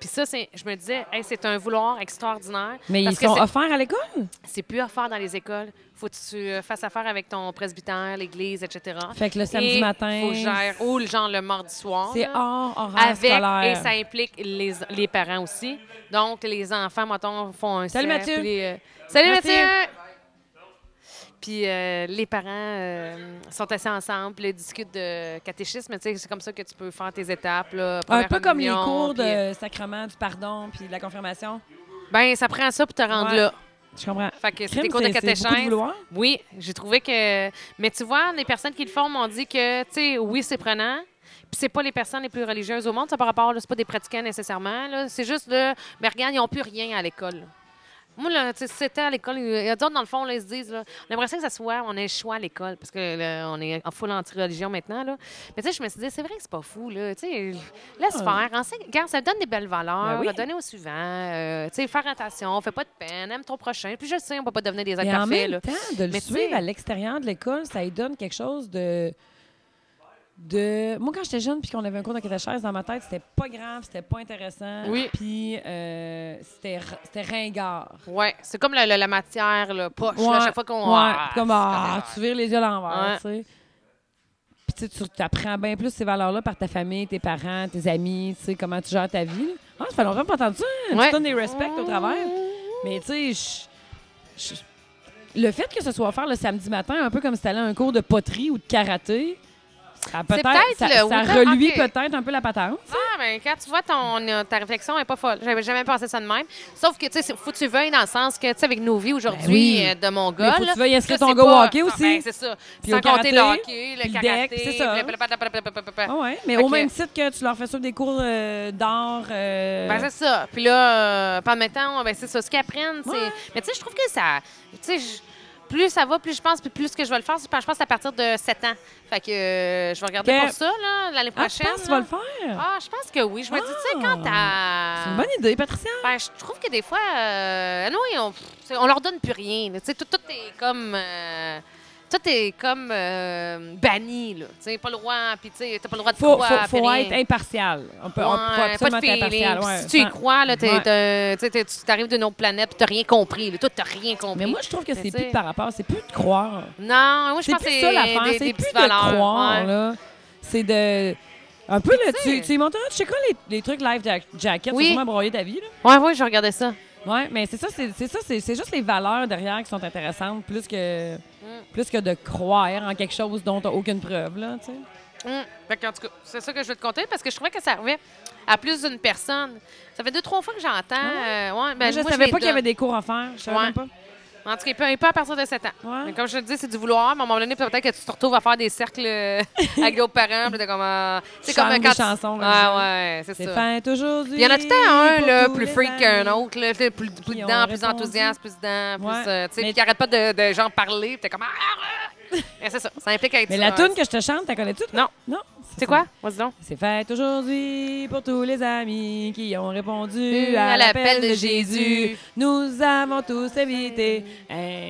S2: Puis ça, c'est, je me disais, Hey, c'est un vouloir extraordinaire.
S1: Mais
S2: Parce
S1: ils
S2: que
S1: sont
S2: c'est-
S1: offerts à l'école.
S2: c'est plus à faire dans les écoles. Faut que tu euh, fasses affaire avec ton presbytère, l'église, etc.
S1: Fait que le samedi
S2: Et
S1: matin,
S2: Faut gérer, ou le genre le mardi soir.
S1: C'est
S2: là,
S1: hors horaire
S2: Avec,
S1: scolaire.
S2: et ça implique les, les parents aussi. Donc, les enfants, mettons, font un
S1: Salut,
S2: cercle,
S1: Mathieu.
S2: puis les, euh, Salut
S1: Mathieu.
S2: Mathieu! Puis euh, les parents euh, sont assis ensemble, puis ils discutent de catéchisme. Tu sais, c'est comme ça que tu peux faire tes étapes. là,
S1: Un
S2: première
S1: peu comme les
S2: communion,
S1: cours
S2: puis, euh,
S1: de sacrement, du pardon, puis de la confirmation.
S2: Ben, ça prend ça pour te rendre
S1: Ouais.
S2: là.
S1: Je comprends.
S2: Fait que c'est
S1: Crime,
S2: des cours de
S1: c'est- c'est beaucoup de
S2: catéchèse.
S1: vouloir.
S2: oui, j'ai trouvé que. Mais tu vois, les personnes qui le font m'ont dit que, tu sais, oui, c'est prenant. Puis c'est pas les personnes les plus religieuses au monde, ça par rapport, là, c'est pas des pratiquants nécessairement. là. C'est juste de. Mais regarde, ils n'ont plus rien à l'école. là. Moi, là, tu sais, si c'était à l'école. Il y a d'autres, dans le fond, là, ils se disent, là, on aimerait ça que ça soit, on ait le choix à l'école, parce que là, on est en full anti-religion maintenant, là. Mais tu sais, je me suis dit, c'est vrai que c'est pas fou, là. Tu sais, laisse faire. Enseigne- regarde, ça donne des belles valeurs.
S1: Ah. Ben oui.
S2: Donner au suivant. euh, tu sais, faire attention, fais pas de peine, aime ton prochain. Puis je sais, on peut pas devenir des
S1: Mais
S2: actes
S1: en
S2: parfaits,
S1: même
S2: là.
S1: temps, de le
S2: Mais tu
S1: suivre
S2: sais-
S1: à l'extérieur de l'école, ça lui donne quelque chose de... de... Moi, quand j'étais jeune puis qu'on avait un cours de catéchèse, dans ma tête, c'était pas grave, c'était pas intéressant.
S2: Oui.
S1: Puis euh, c'était r- c'était ringard.
S2: Ouais, c'est comme la, la- la matière, là, poche, là, à chaque fois qu'on.
S1: ouais,
S2: Ah,
S1: comme
S2: c'est
S1: ah,
S2: correct.
S1: tu vires les yeux à l'envers,
S2: Ouais.
S1: tu sais. Puis tu sais, tu apprends bien plus ces valeurs-là par ta famille, tes parents, tes amis, tu sais, comment tu gères ta vie. là. Ah, ça fait longtemps que j'ai pas entendu ça.
S2: Ouais.
S1: Tu donnes des respects au travers. Mais tu sais, je- je- le fait que ce soit faire le samedi matin, un peu comme si t'allais à un cours de poterie ou de karaté, ça peut-être
S2: peut-être
S1: ça,
S2: le-
S1: ça
S2: autant-
S1: reluit
S2: ok.
S1: peut-être un peu la patente.
S2: Ah, ben, quand tu vois ton, euh, ta réflexion est pas folle. J'avais jamais pensé ça de même. Sauf que, tu sais, c'est- faut que tu veuilles dans le sens que, tu sais, avec nos vies aujourd'hui
S1: Ben oui.
S2: euh, de mon
S1: Mais
S2: gars.
S1: faut que
S2: là,
S1: tu veuilles inscrire
S2: ça,
S1: ton
S2: c'est
S1: gars au
S2: pas-
S1: hockey
S2: ça,
S1: aussi.
S2: ben, c'est ça.
S1: Puis au
S2: Sans
S1: karaté,
S2: compter le hockey, le
S1: puis le
S2: karaté.
S1: deck, c'est ça.
S2: blablabla, blablabla, blablabla.
S1: Ah ouais, mais
S2: Fait
S1: au
S2: que-
S1: même titre que tu leur fais sur des cours euh, d'art. euh,
S2: Ben, c'est ça. Puis là, euh, permettant, ben, c'est ça. Ce qu'ils apprennent, c'est.
S1: Ouais.
S2: Mais tu sais, je trouve que ça. Tu sais, je- plus ça va, plus je pense, puis plus que je vais le faire. Je pense que c'est à partir de 7 ans. Fait que euh, je vais regarder
S1: Ok.
S2: pour ça, là, l'année
S1: ah, je
S2: prochaine.
S1: pense que tu vas
S2: là.
S1: le faire. Ah,
S2: Ah, je pense que oui. Je me dis, tu sais, quand
S1: C'est
S2: t'as.
S1: une bonne idée, Patricia.
S2: Ben, je trouve que des fois, euh, ah non, et on, c'est- on leur donne plus rien. là. Tu sais, tout, tout est comme, euh, tout est comme euh, banni. Là. Tu sais, pas le droit, puis tu sais, t'as pas le droit de
S1: Faut,
S2: croire,
S1: faut,
S2: puis
S1: faut
S2: rien.
S1: être impartial. On peut, on
S2: Ouais,
S1: peut absolument
S2: pas de
S1: être impartial.
S2: feeling.
S1: ouais,
S2: si tu y
S1: sans-
S2: crois, là, t'es-
S1: Ouais.
S2: t'es- tu sais, t'es- tu t'arrives d'une autre planète, puis t'as rien compris. Là. Toi, t'as rien compris.
S1: Mais moi, je trouve que
S2: Mais
S1: c'est
S2: tu
S1: plus
S2: sais-
S1: par rapport, c'est plus de croire.
S2: non, moi, je
S1: C'est
S2: pense que
S1: plus ça l'affaire,
S2: des-
S1: c'est
S2: des
S1: plus
S2: petites
S1: de
S2: valeurs,
S1: croire.
S2: ouais.
S1: là. C'est de. Un peu, là,
S2: tu
S1: tu,
S2: sais-
S1: tu y monteras, tu sais quoi, les, les trucs live jack- jacket,
S2: Oui.
S1: c'est vraiment broyer ta vie. Là.
S2: Ouais, ouais, je regardais ça.
S1: Ouais, mais c'est ça, c'est c'est ça, c'est c'est juste les valeurs derrière qui sont intéressantes, plus que,
S2: Mm.
S1: plus que de croire en quelque chose dont tu n'as aucune preuve. Là, tu sais.
S2: Mm. Fait que, en tout cas, c'est ça que je veux te conter parce que je trouvais que ça arrivait à plus d'une personne. Ça fait deux, trois fois que j'entends. euh, ouais, ben,
S1: Moi, Ah je
S2: moi,
S1: savais
S2: les
S1: pas qu'il y
S2: donne.
S1: avait des cours à faire. Je savais
S2: Ouais.
S1: même pas.
S2: En tout cas, il peut, il peut à partir de 7 ans.
S1: Ouais.
S2: Mais comme je te dis, c'est du vouloir. Mais à un moment donné, peut-être que tu te retrouves à faire des cercles
S1: [laughs]
S2: euh, avec d'autres parents. Puis t'es comme. euh, c'est
S1: Chantes
S2: comme
S1: des
S2: quand. tu-
S1: chansons,
S2: Ouais,
S1: religieuses.
S2: ouais, c'est
S1: C'est
S2: ça.
S1: fin aujourd'hui.
S2: Puis il y en a tout le temps un
S1: pour
S2: là,
S1: tous
S2: plus
S1: les
S2: freak qu'un
S1: amis.
S2: autre, là, plus, plus
S1: Puis on
S2: dedans, plus
S1: répond
S2: enthousiaste, plus dedans, plus.
S1: Ouais.
S2: euh, tu sais,
S1: Mais-
S2: puis qui arrête pas de, de genre parler. Puis t'es comme. Ah, ah! Mais c'est ça. Ça implique être.
S1: Mais la
S2: tune
S1: toune que je te chante, t'as connais-tu? toi?
S2: Non.
S1: Non.
S2: C'est quoi? Vas-y donc.
S1: C'est fête aujourd'hui pour tous les amis qui ont répondu
S2: Euh,
S1: à,
S2: à
S1: l'appel
S2: l'appel
S1: de
S2: de
S1: Jésus.
S2: Jésus.
S1: Nous avons tous évité,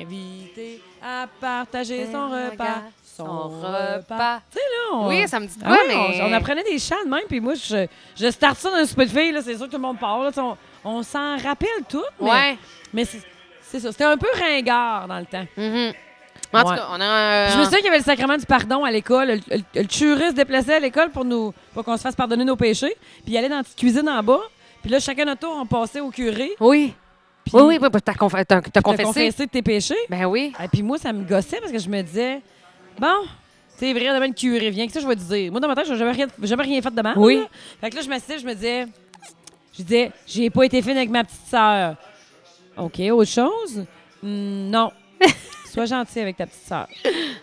S1: invités à partager son
S2: Un
S1: repas.
S2: regard, Mmh, son repas.
S1: Tu sais, là, on...
S2: Oui, ça me dit de
S1: Ah
S2: quoi,
S1: ouais,
S2: mais.
S1: on, on apprenait des chants de même, puis moi, je, je starte ça d'un souper de filles, là, c'est sûr que tout le monde part. là, tu sais, on on s'en rappelle tout, mais,
S2: Ouais.
S1: mais c'est c'est ça. C'était un peu ringard dans le temps.
S2: Mhm. En
S1: Ouais.
S2: tout cas, on a. euh,
S1: Je me souviens qu'il y avait le sacrement du pardon à l'école. Le, le, le curé se déplaçait à l'école pour nous pour qu'on se fasse pardonner nos péchés. Puis il allait dans la petite cuisine en bas. Puis là, chacun notre tour, on passait au curé.
S2: Oui.
S1: Puis
S2: Oui, oui, oui, t'as conf- t'as- t'as
S1: te
S2: confessé.
S1: confessais de tes péchés.
S2: Ben oui.
S1: Et Ah, puis moi, ça me gossait parce que je me disais, bon, c'est vrai, demain le curé vient, que ça, je vais te dire. Moi, dans ma tête, j'ai jamais rien, jamais rien fait de mal.
S2: Oui.
S1: là. Fait que là, je m'assisais, je me disais, je disais, j'ai pas été fine avec ma petite sœur. OK, autre chose? Hmm,
S2: [laughs]
S1: non. Sois gentil avec ta petite sœur.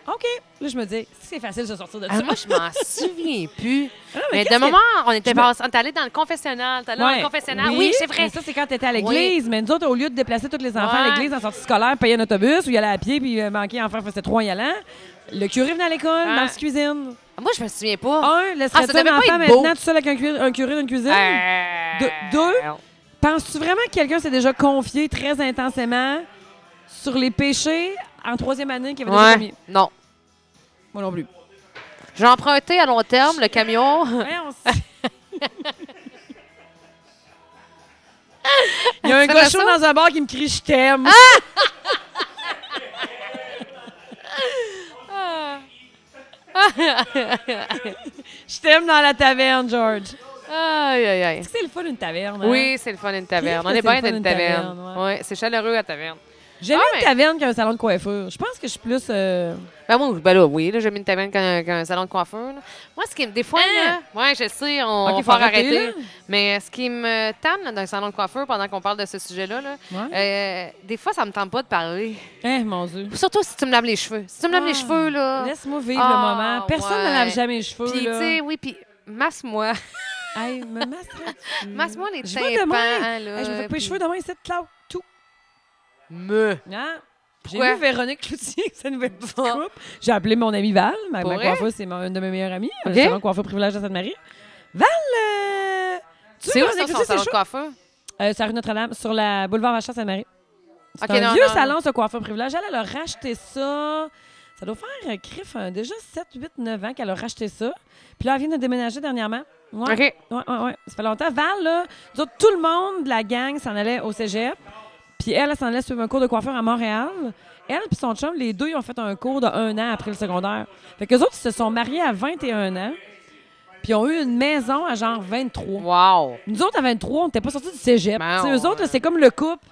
S1: OK. Là, je me dis, si c'est facile de sortir de
S2: Ah,
S1: ça.
S2: moi,
S1: [laughs]
S2: je m'en souviens plus.
S1: mais
S2: mais
S1: qu'est-ce
S2: de moment, on
S1: Je
S2: était
S1: me-
S2: passé- on est allé dans le confessionnal. T'es allé dans
S1: Ouais.
S2: le confessionnal. Oui, c'est vrai.
S1: Mais ça, c'est quand t'étais à l'église. Mais nous autres, au lieu de déplacer tous les enfants à
S2: Ouais.
S1: l'église en sortie scolaire, payer un autobus ou y aller à pied, puis euh, manquer en faire, faisait trois y allant, le curé venait à l'école,
S2: Ouais.
S1: dans la cuisine.
S2: Moi, je me souviens pas.
S1: Un, laisserais-tu
S2: Ah, ça
S1: un
S2: devait pas
S1: enfant
S2: être beau.
S1: maintenant tout seul avec un, cu- un curé d'une cuisine?
S2: Euh,
S1: Deux- deux? Penses-tu vraiment que quelqu'un s'est déjà confié très intensément sur les péchés en troisième année qu'il avait déjà
S2: Ouais.
S1: commis?
S2: Non.
S1: Moi non plus.
S2: J'ai emprunté à long terme le camion.
S1: Hein, on s- Il y a un
S2: Tu fais
S1: gars
S2: de
S1: chaud
S2: ça? Ah!
S1: dans un bar qui me crie je t'aime. [laughs] je t'aime dans la taverne, George.
S2: [laughs] Aïe, aïe, aïe.
S1: C'est le fun une taverne. hein?
S2: Oui, c'est le fun d'une taverne.
S1: que
S2: On
S1: c'est le
S2: est bien
S1: fun
S2: d'une
S1: d'une
S2: taverne.
S1: taverne,
S2: Oui, c'est chaleureux à taverne.
S1: J'aime
S2: Ah,
S1: une
S2: mais-
S1: taverne qu'un salon de coiffure. Je pense que je suis plus. euh,
S2: Ben, moi, ben là, oui, là, j'aime une taverne qu'un qu'un salon de coiffure. là. Moi, ce qui me. Des fois,
S1: Hein?
S2: là, ouais, je sais, on
S1: Ok,
S2: on va
S1: faut
S2: faire
S1: arrêter,
S2: arrêter.
S1: là.
S2: Mais ce qui me tanne là, dans le salon de coiffure pendant qu'on parle de ce sujet-là, là, euh, des fois, ça me tente pas de parler.
S1: Hein, mon Dieu.
S2: Surtout si tu me laves les cheveux. Si tu me laves les
S1: Ah,
S2: cheveux, là.
S1: Laisse-moi vivre
S2: Ah,
S1: le moment. Personne ne
S2: ouais.
S1: lave jamais les cheveux.
S2: Puis, tu
S1: là.
S2: sais, oui, puis masse-moi.
S1: Hey, me
S2: [laughs]
S1: masserais-tu?
S2: masse-moi les
S1: Je
S2: tympans,
S1: vais demain.
S2: là.
S1: Hey, je me fais couper les
S2: puis-
S1: cheveux demain, c'est Cloud. Tout.
S2: Me.
S1: Hein? J'ai
S2: Pourquoi?
S1: vu Véronique Cloutier [laughs] avec sa nouvelle petite
S2: Bon.
S1: coupe. J'ai appelé mon ami Val. Ma,
S2: Pour
S1: ma
S2: vrai?
S1: coiffeuse, c'est ma- une de mes meilleures amies.
S2: Ok.
S1: C'est un coiffeur privilège de Sainte-Marie. Val, euh, tu
S2: C'est
S1: veux
S2: où
S1: Véronique
S2: ça, son
S1: Cloutier,
S2: salon
S1: c'est
S2: de coiffeur?
S1: chaud? Euh, sur la rue Notre-Dame, sur la boulevard Achat Sainte-Marie. C'est
S2: Ok,
S1: un
S2: non,
S1: vieux
S2: non,
S1: salon, ce coiffeur privilège. Elle, elle a racheté ça. Ça doit faire, euh, crif, hein, déjà 7, 8, 9 ans qu'elle a racheté ça. Puis là, elle vient de déménager dernièrement. Ouais.
S2: OK.
S1: Ouais, ouais, ouais. Ça fait longtemps. Val, là, nous autres, tout le monde de la gang s'en allait au cégep. Puis elle, elle s'en allait suivre un cours de coiffure à Montréal. Elle puis son chum, les deux, ils ont fait un cours de un an après le secondaire. Fait qu'eux autres, ils se sont mariés à 21 ans. Puis ils ont eu une maison à genre 23.
S2: Wow.
S1: Nous autres, à 23, on n'était pas sortis du cégep.
S2: Ben,
S1: Tu sais, eux autres, là,
S2: ouais.
S1: c'est comme le couple.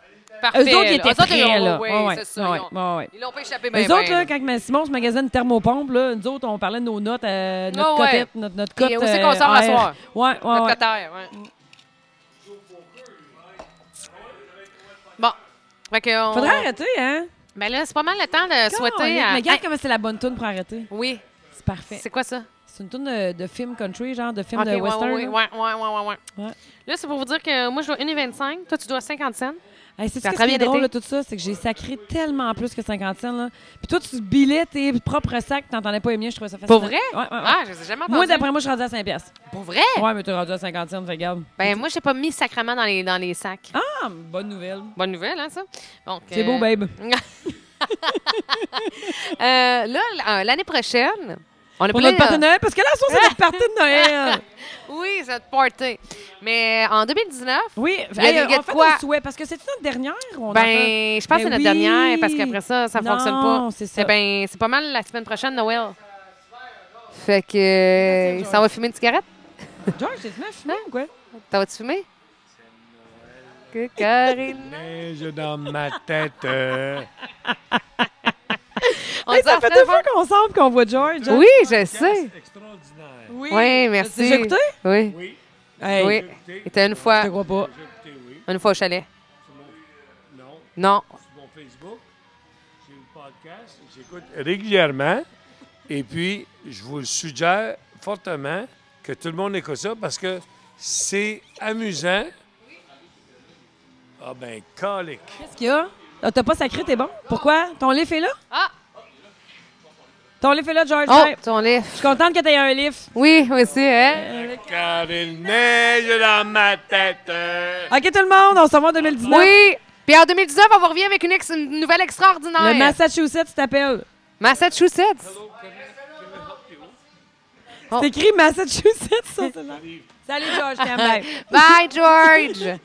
S2: Parfait.
S1: Eux autres, ils
S2: là.
S1: étaient
S2: Eux autres,
S1: prêts,
S2: ont-
S1: là.
S2: oui,
S1: Ouais,
S2: c'est
S1: ouais,
S2: ça,
S1: ouais,
S2: ils ont-
S1: ouais, ouais.
S2: Ils l'ont pas échappé,
S1: Les
S2: ben,
S1: autres,
S2: ben,
S1: là, quand ma- Simon se magasine une thermopompe, là, nous autres, on parlait de nos notes, euh, notre
S2: Ah ouais.
S1: cotette, notre, notre cote.
S2: Et où c'est qu'on sort à
S1: R.
S2: soir?
S1: Ouais, ouais,
S2: Notre
S1: ouais.
S2: cotère, ouais. Bon. Fait que on-
S1: Faudrait arrêter, hein?
S2: Ben là, c'est pas mal le temps de souhaiter
S1: Colin,
S2: à...
S1: Mais regarde
S2: Hey,
S1: comment c'est la bonne tune pour arrêter.
S2: Oui.
S1: C'est parfait.
S2: C'est quoi ça?
S1: C'est une tune de, de film country, genre de film
S2: OK,
S1: de
S2: ouais,
S1: western.
S2: ouais, ouais,
S1: là.
S2: ouais, ouais, ouais, ouais.
S1: Ouais.
S2: Là, c'est pour vous dire que moi, je dois 1,25. Toi, tu dois 50 cents.
S1: Hey, c'est
S2: Ça a
S1: ce
S2: très
S1: qui est
S2: bien
S1: drôle,
S2: été.
S1: là, tout ça, c'est que j'ai sacré tellement plus que 50 cents. Là. Puis toi, tu bilais tes propres sacs, t'entendais pas les miens, je trouvais ça facile.
S2: Pour vrai?
S1: Ouais, ouais, ouais.
S2: Ah, je les ai jamais entendu.
S1: moi, d'après moi, je suis rendue à 5 piastres.
S2: Pour vrai?
S1: Ouais, mais t'es rendue à 50 cents, fait regarde.
S2: Ben moi, j'ai pas mis sacrement dans les, dans les sacs.
S1: Ah, bonne nouvelle.
S2: Bonne nouvelle, hein, ça? Donc,
S1: C'est
S2: euh,
S1: beau, babe.
S2: euh, là, l- euh, l'année prochaine, on a
S1: Pour
S2: pris,
S1: notre party de Noël, parce que là, soir, c'est notre party de
S2: [laughs]
S1: Noël.
S2: Oui, c'est notre party. Mais en 2019,
S1: Oui,
S2: Il y a
S1: hey,
S2: des
S1: on
S2: gars de
S1: fait
S2: quoi?
S1: nos souhaits, parce que c'est notre dernière ou on en fait-
S2: ben, je pense
S1: Ben
S2: que c'est notre
S1: oui.
S2: dernière parce qu'après ça, ça
S1: Non,
S2: fonctionne pas.
S1: c'est ça.
S2: Eh ben, c'est pas mal la semaine prochaine, Noël. Fait que. euh,
S1: Merci,
S2: Ça va fumer une cigarette?
S1: George, t'es-tu mal fumé ou quoi?
S2: Ça va-tu fumer?
S1: [laughs]
S2: Que Karine.
S3: Neige dans ma tête. euh. [laughs]
S2: On
S1: Hey,
S2: se dit à
S1: ça fait
S2: la
S1: deux
S2: semaine
S1: fois qu'on sort qu'on voit George. hein?
S2: Oui, je sais.
S3: extraordinaire.
S1: Oui,
S2: Oui, merci.
S1: J'ai écouté?
S2: Oui.
S3: Oui.
S1: Hey,
S2: oui. C'était une fois,
S1: Je te crois pas.
S3: J'ai écouté, oui.
S2: une fois au chalet.
S3: Sur mon- Non,
S2: Non.
S3: sur mon Facebook. J'ai le podcast. J'écoute régulièrement. Et puis, je vous le suggère fortement que tout le monde écoute ça parce que c'est amusant. Ah ben, calique.
S1: Qu'est-ce qu'il y a? Ah, T'as pas sacré, t'es bon? Pourquoi? Ton livre est là?
S2: Ah!
S1: Ton livre est là, George.
S2: Oh,
S1: Ouais.
S2: ton
S1: Je
S2: livre.
S1: suis contente que t'aies un livre.
S2: Oui, moi aussi, hein?
S3: Car il neige dans ma tête. euh.
S1: OK, tout le monde, on se revoit en 2019.
S2: Oui! Puis en 2019, on va revenir avec une, ex- une nouvelle extraordinaire.
S1: Le Massachusetts t'appelle.
S2: Massachusetts. Oh.
S1: C'est écrit Massachusetts,
S2: [laughs]
S1: ça, c'est là. Salut, George, t'aimes bien.
S2: Bye, [laughs] George!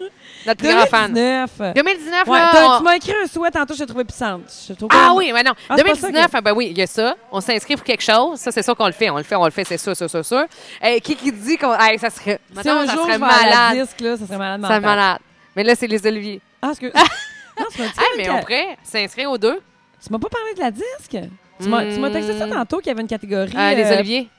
S2: Notre plus grand fan.
S1: 2019.
S2: 2019,
S1: Ouais,
S2: là,
S1: t'as-
S2: on-
S1: tu m'as écrit un souhait tantôt, je t'ai trouvé puissante. Je trouve
S2: Ah
S1: que-
S2: oui, mais non.
S1: Ah, c'est pas ça
S2: 2019,
S1: que-
S2: ah ben oui, il y a ça. On s'inscrit pour quelque chose. Ça, c'est sûr qu'on le fait. On le fait, on le fait, c'est sûr, sûr, sûr, sûr. Hey, qui qui dit qu'on. Hey, ça serait.
S1: Si
S2: Maintenant,
S1: un
S2: ça
S1: jour je
S2: serait
S1: vais à la
S2: malade.
S1: disque, là, ça serait malade.
S2: Ça serait
S1: mental.
S2: malade. Mais là, c'est les oliviers.
S1: Ah,
S2: [laughs]
S1: excuse. non, c'est pas
S2: Ah, mais on pourrait s'inscrire aux deux.
S1: Tu m'as pas parlé de la disque? Tu m'as tu m'as texté ça
S2: Mm.
S1: tantôt qu'il y avait une catégorie.
S2: Ah, les
S1: euh,
S2: oliviers.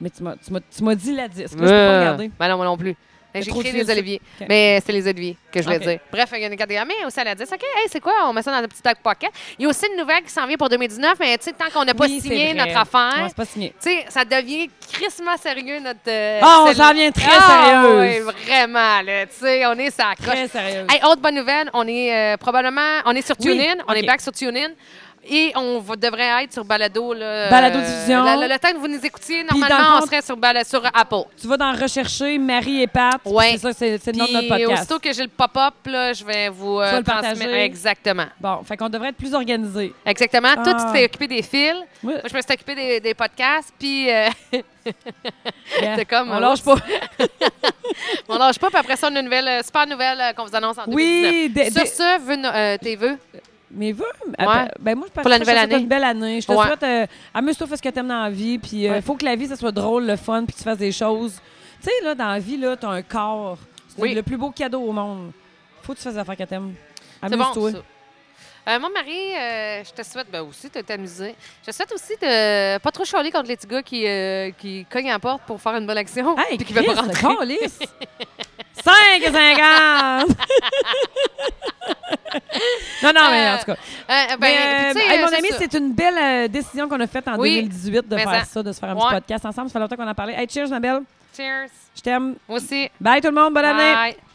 S1: Mais tu m'as- tu m'as tu m'as dit la disque. Là, je peux pas regarder.
S2: Ben non, moi non plus. Ben,
S1: C'est
S2: J'ai
S1: trop
S2: créé
S1: difficile,
S2: les oliviers.
S1: Ok.
S2: Mais c'est les oliviers que je voulais
S1: Ok.
S2: dire. Bref, il y a une catégorie. Mais aussi à la 10. OK, hey, c'est quoi? On met ça dans le petit back pocket. Il y a aussi une nouvelle qui s'en vient pour 2019, mais tu sais, tant qu'on n'a pas
S1: Oui, c'est
S2: signé
S1: vrai.
S2: notre affaire.
S1: Ouais, c'est pas signé.
S2: Tu sais, ça devient crissement sérieux, notre... euh,
S1: Ah, on
S2: cellule.
S1: s'en vient très
S2: Ah,
S1: sérieuse.
S2: Oui, vraiment, là, tu sais, on est ça coche.
S1: Très sérieux.
S2: Hey, autre bonne nouvelle, on est euh, probablement... On est sur
S1: Oui,
S2: TuneIn, on
S1: ok.
S2: est back sur TuneIn. Et on va- devrait être sur Balado. Là,
S1: Balado
S2: euh,
S1: diffusion.
S2: la- la- le temps que vous nous écoutiez,
S1: dans le
S2: normalement, on
S1: fond-
S2: serait sur, Bala- sur Apple.
S1: Tu vas dans rechercher Marie et Pat. puis
S2: Ouais.
S1: C'est ça, c'est c'est le nom de notre
S2: Puis,
S1: podcast.
S2: aussitôt que j'ai le pop-up, là, je vais vous
S1: vas
S2: euh,
S1: le partager.
S2: transmettre. Exactement.
S1: Bon, fait qu'on devrait être plus organisé.
S2: Exactement. Toi, tu
S1: Ah.
S2: t'es occupé des fils.
S1: Oui.
S2: Moi, je me suis occupé des, des podcasts. Puis, euh, [laughs] T'es comme,
S1: on lâche pas.
S2: on lâche pas. Puis après ça, on a une nouvelle, euh, super nouvelle euh, qu'on vous annonce en
S1: Oui,
S2: 2019.
S1: des-
S2: Sur
S1: des-
S2: ce, veux no- euh, tes vœux.
S1: Mais va.
S2: Ouais.
S1: Ben moi, je pense
S2: Pour la
S1: que je te
S2: nouvelle
S1: souhaite
S2: année.
S1: une belle année. Je te
S2: Ouais.
S1: souhaite euh, amuse-toi, fais ce que t'aimes dans la vie. Puis euh,
S2: Ouais.
S1: faut que la vie, ça soit drôle, le fun, puis que tu fasses des choses. Tu sais, là, dans la vie, là, t'as un corps. C'est
S2: Oui.
S1: le plus beau cadeau au monde. Faut que tu fasses des affaires que t'aimes.
S2: C'est bon,
S1: Amuse-toi.
S2: ça. Euh, moi, Marie, euh, je te souhaite ben, aussi de t'amuser. Je te souhaite aussi de pas trop chialer contre les petits gars qui, euh, qui cognent à la porte pour faire une bonne action.
S1: Hey,
S2: puis qui
S1: Chris,
S2: veulent pas rentrer.
S1: câlisse! 5 et
S2: [laughs]
S1: 50! non, non, mais en tout cas.
S2: Euh, ben,
S1: Mais,
S2: puis, tu
S1: euh,
S2: sais,
S1: hey,
S2: euh,
S1: mon
S2: c'est
S1: ami,
S2: ça.
S1: c'est une belle euh, décision qu'on a faite en
S2: Oui,
S1: 2018 de
S2: mais
S1: faire
S2: ça-
S1: ça, de se faire un
S2: Ouais.
S1: petit podcast ensemble. Ça fait longtemps qu'on en parlait. Hey, cheers, ma belle.
S2: Cheers.
S1: Je t'aime.
S2: Moi aussi.
S1: Bye, tout le monde. Bonne année.
S2: Bye.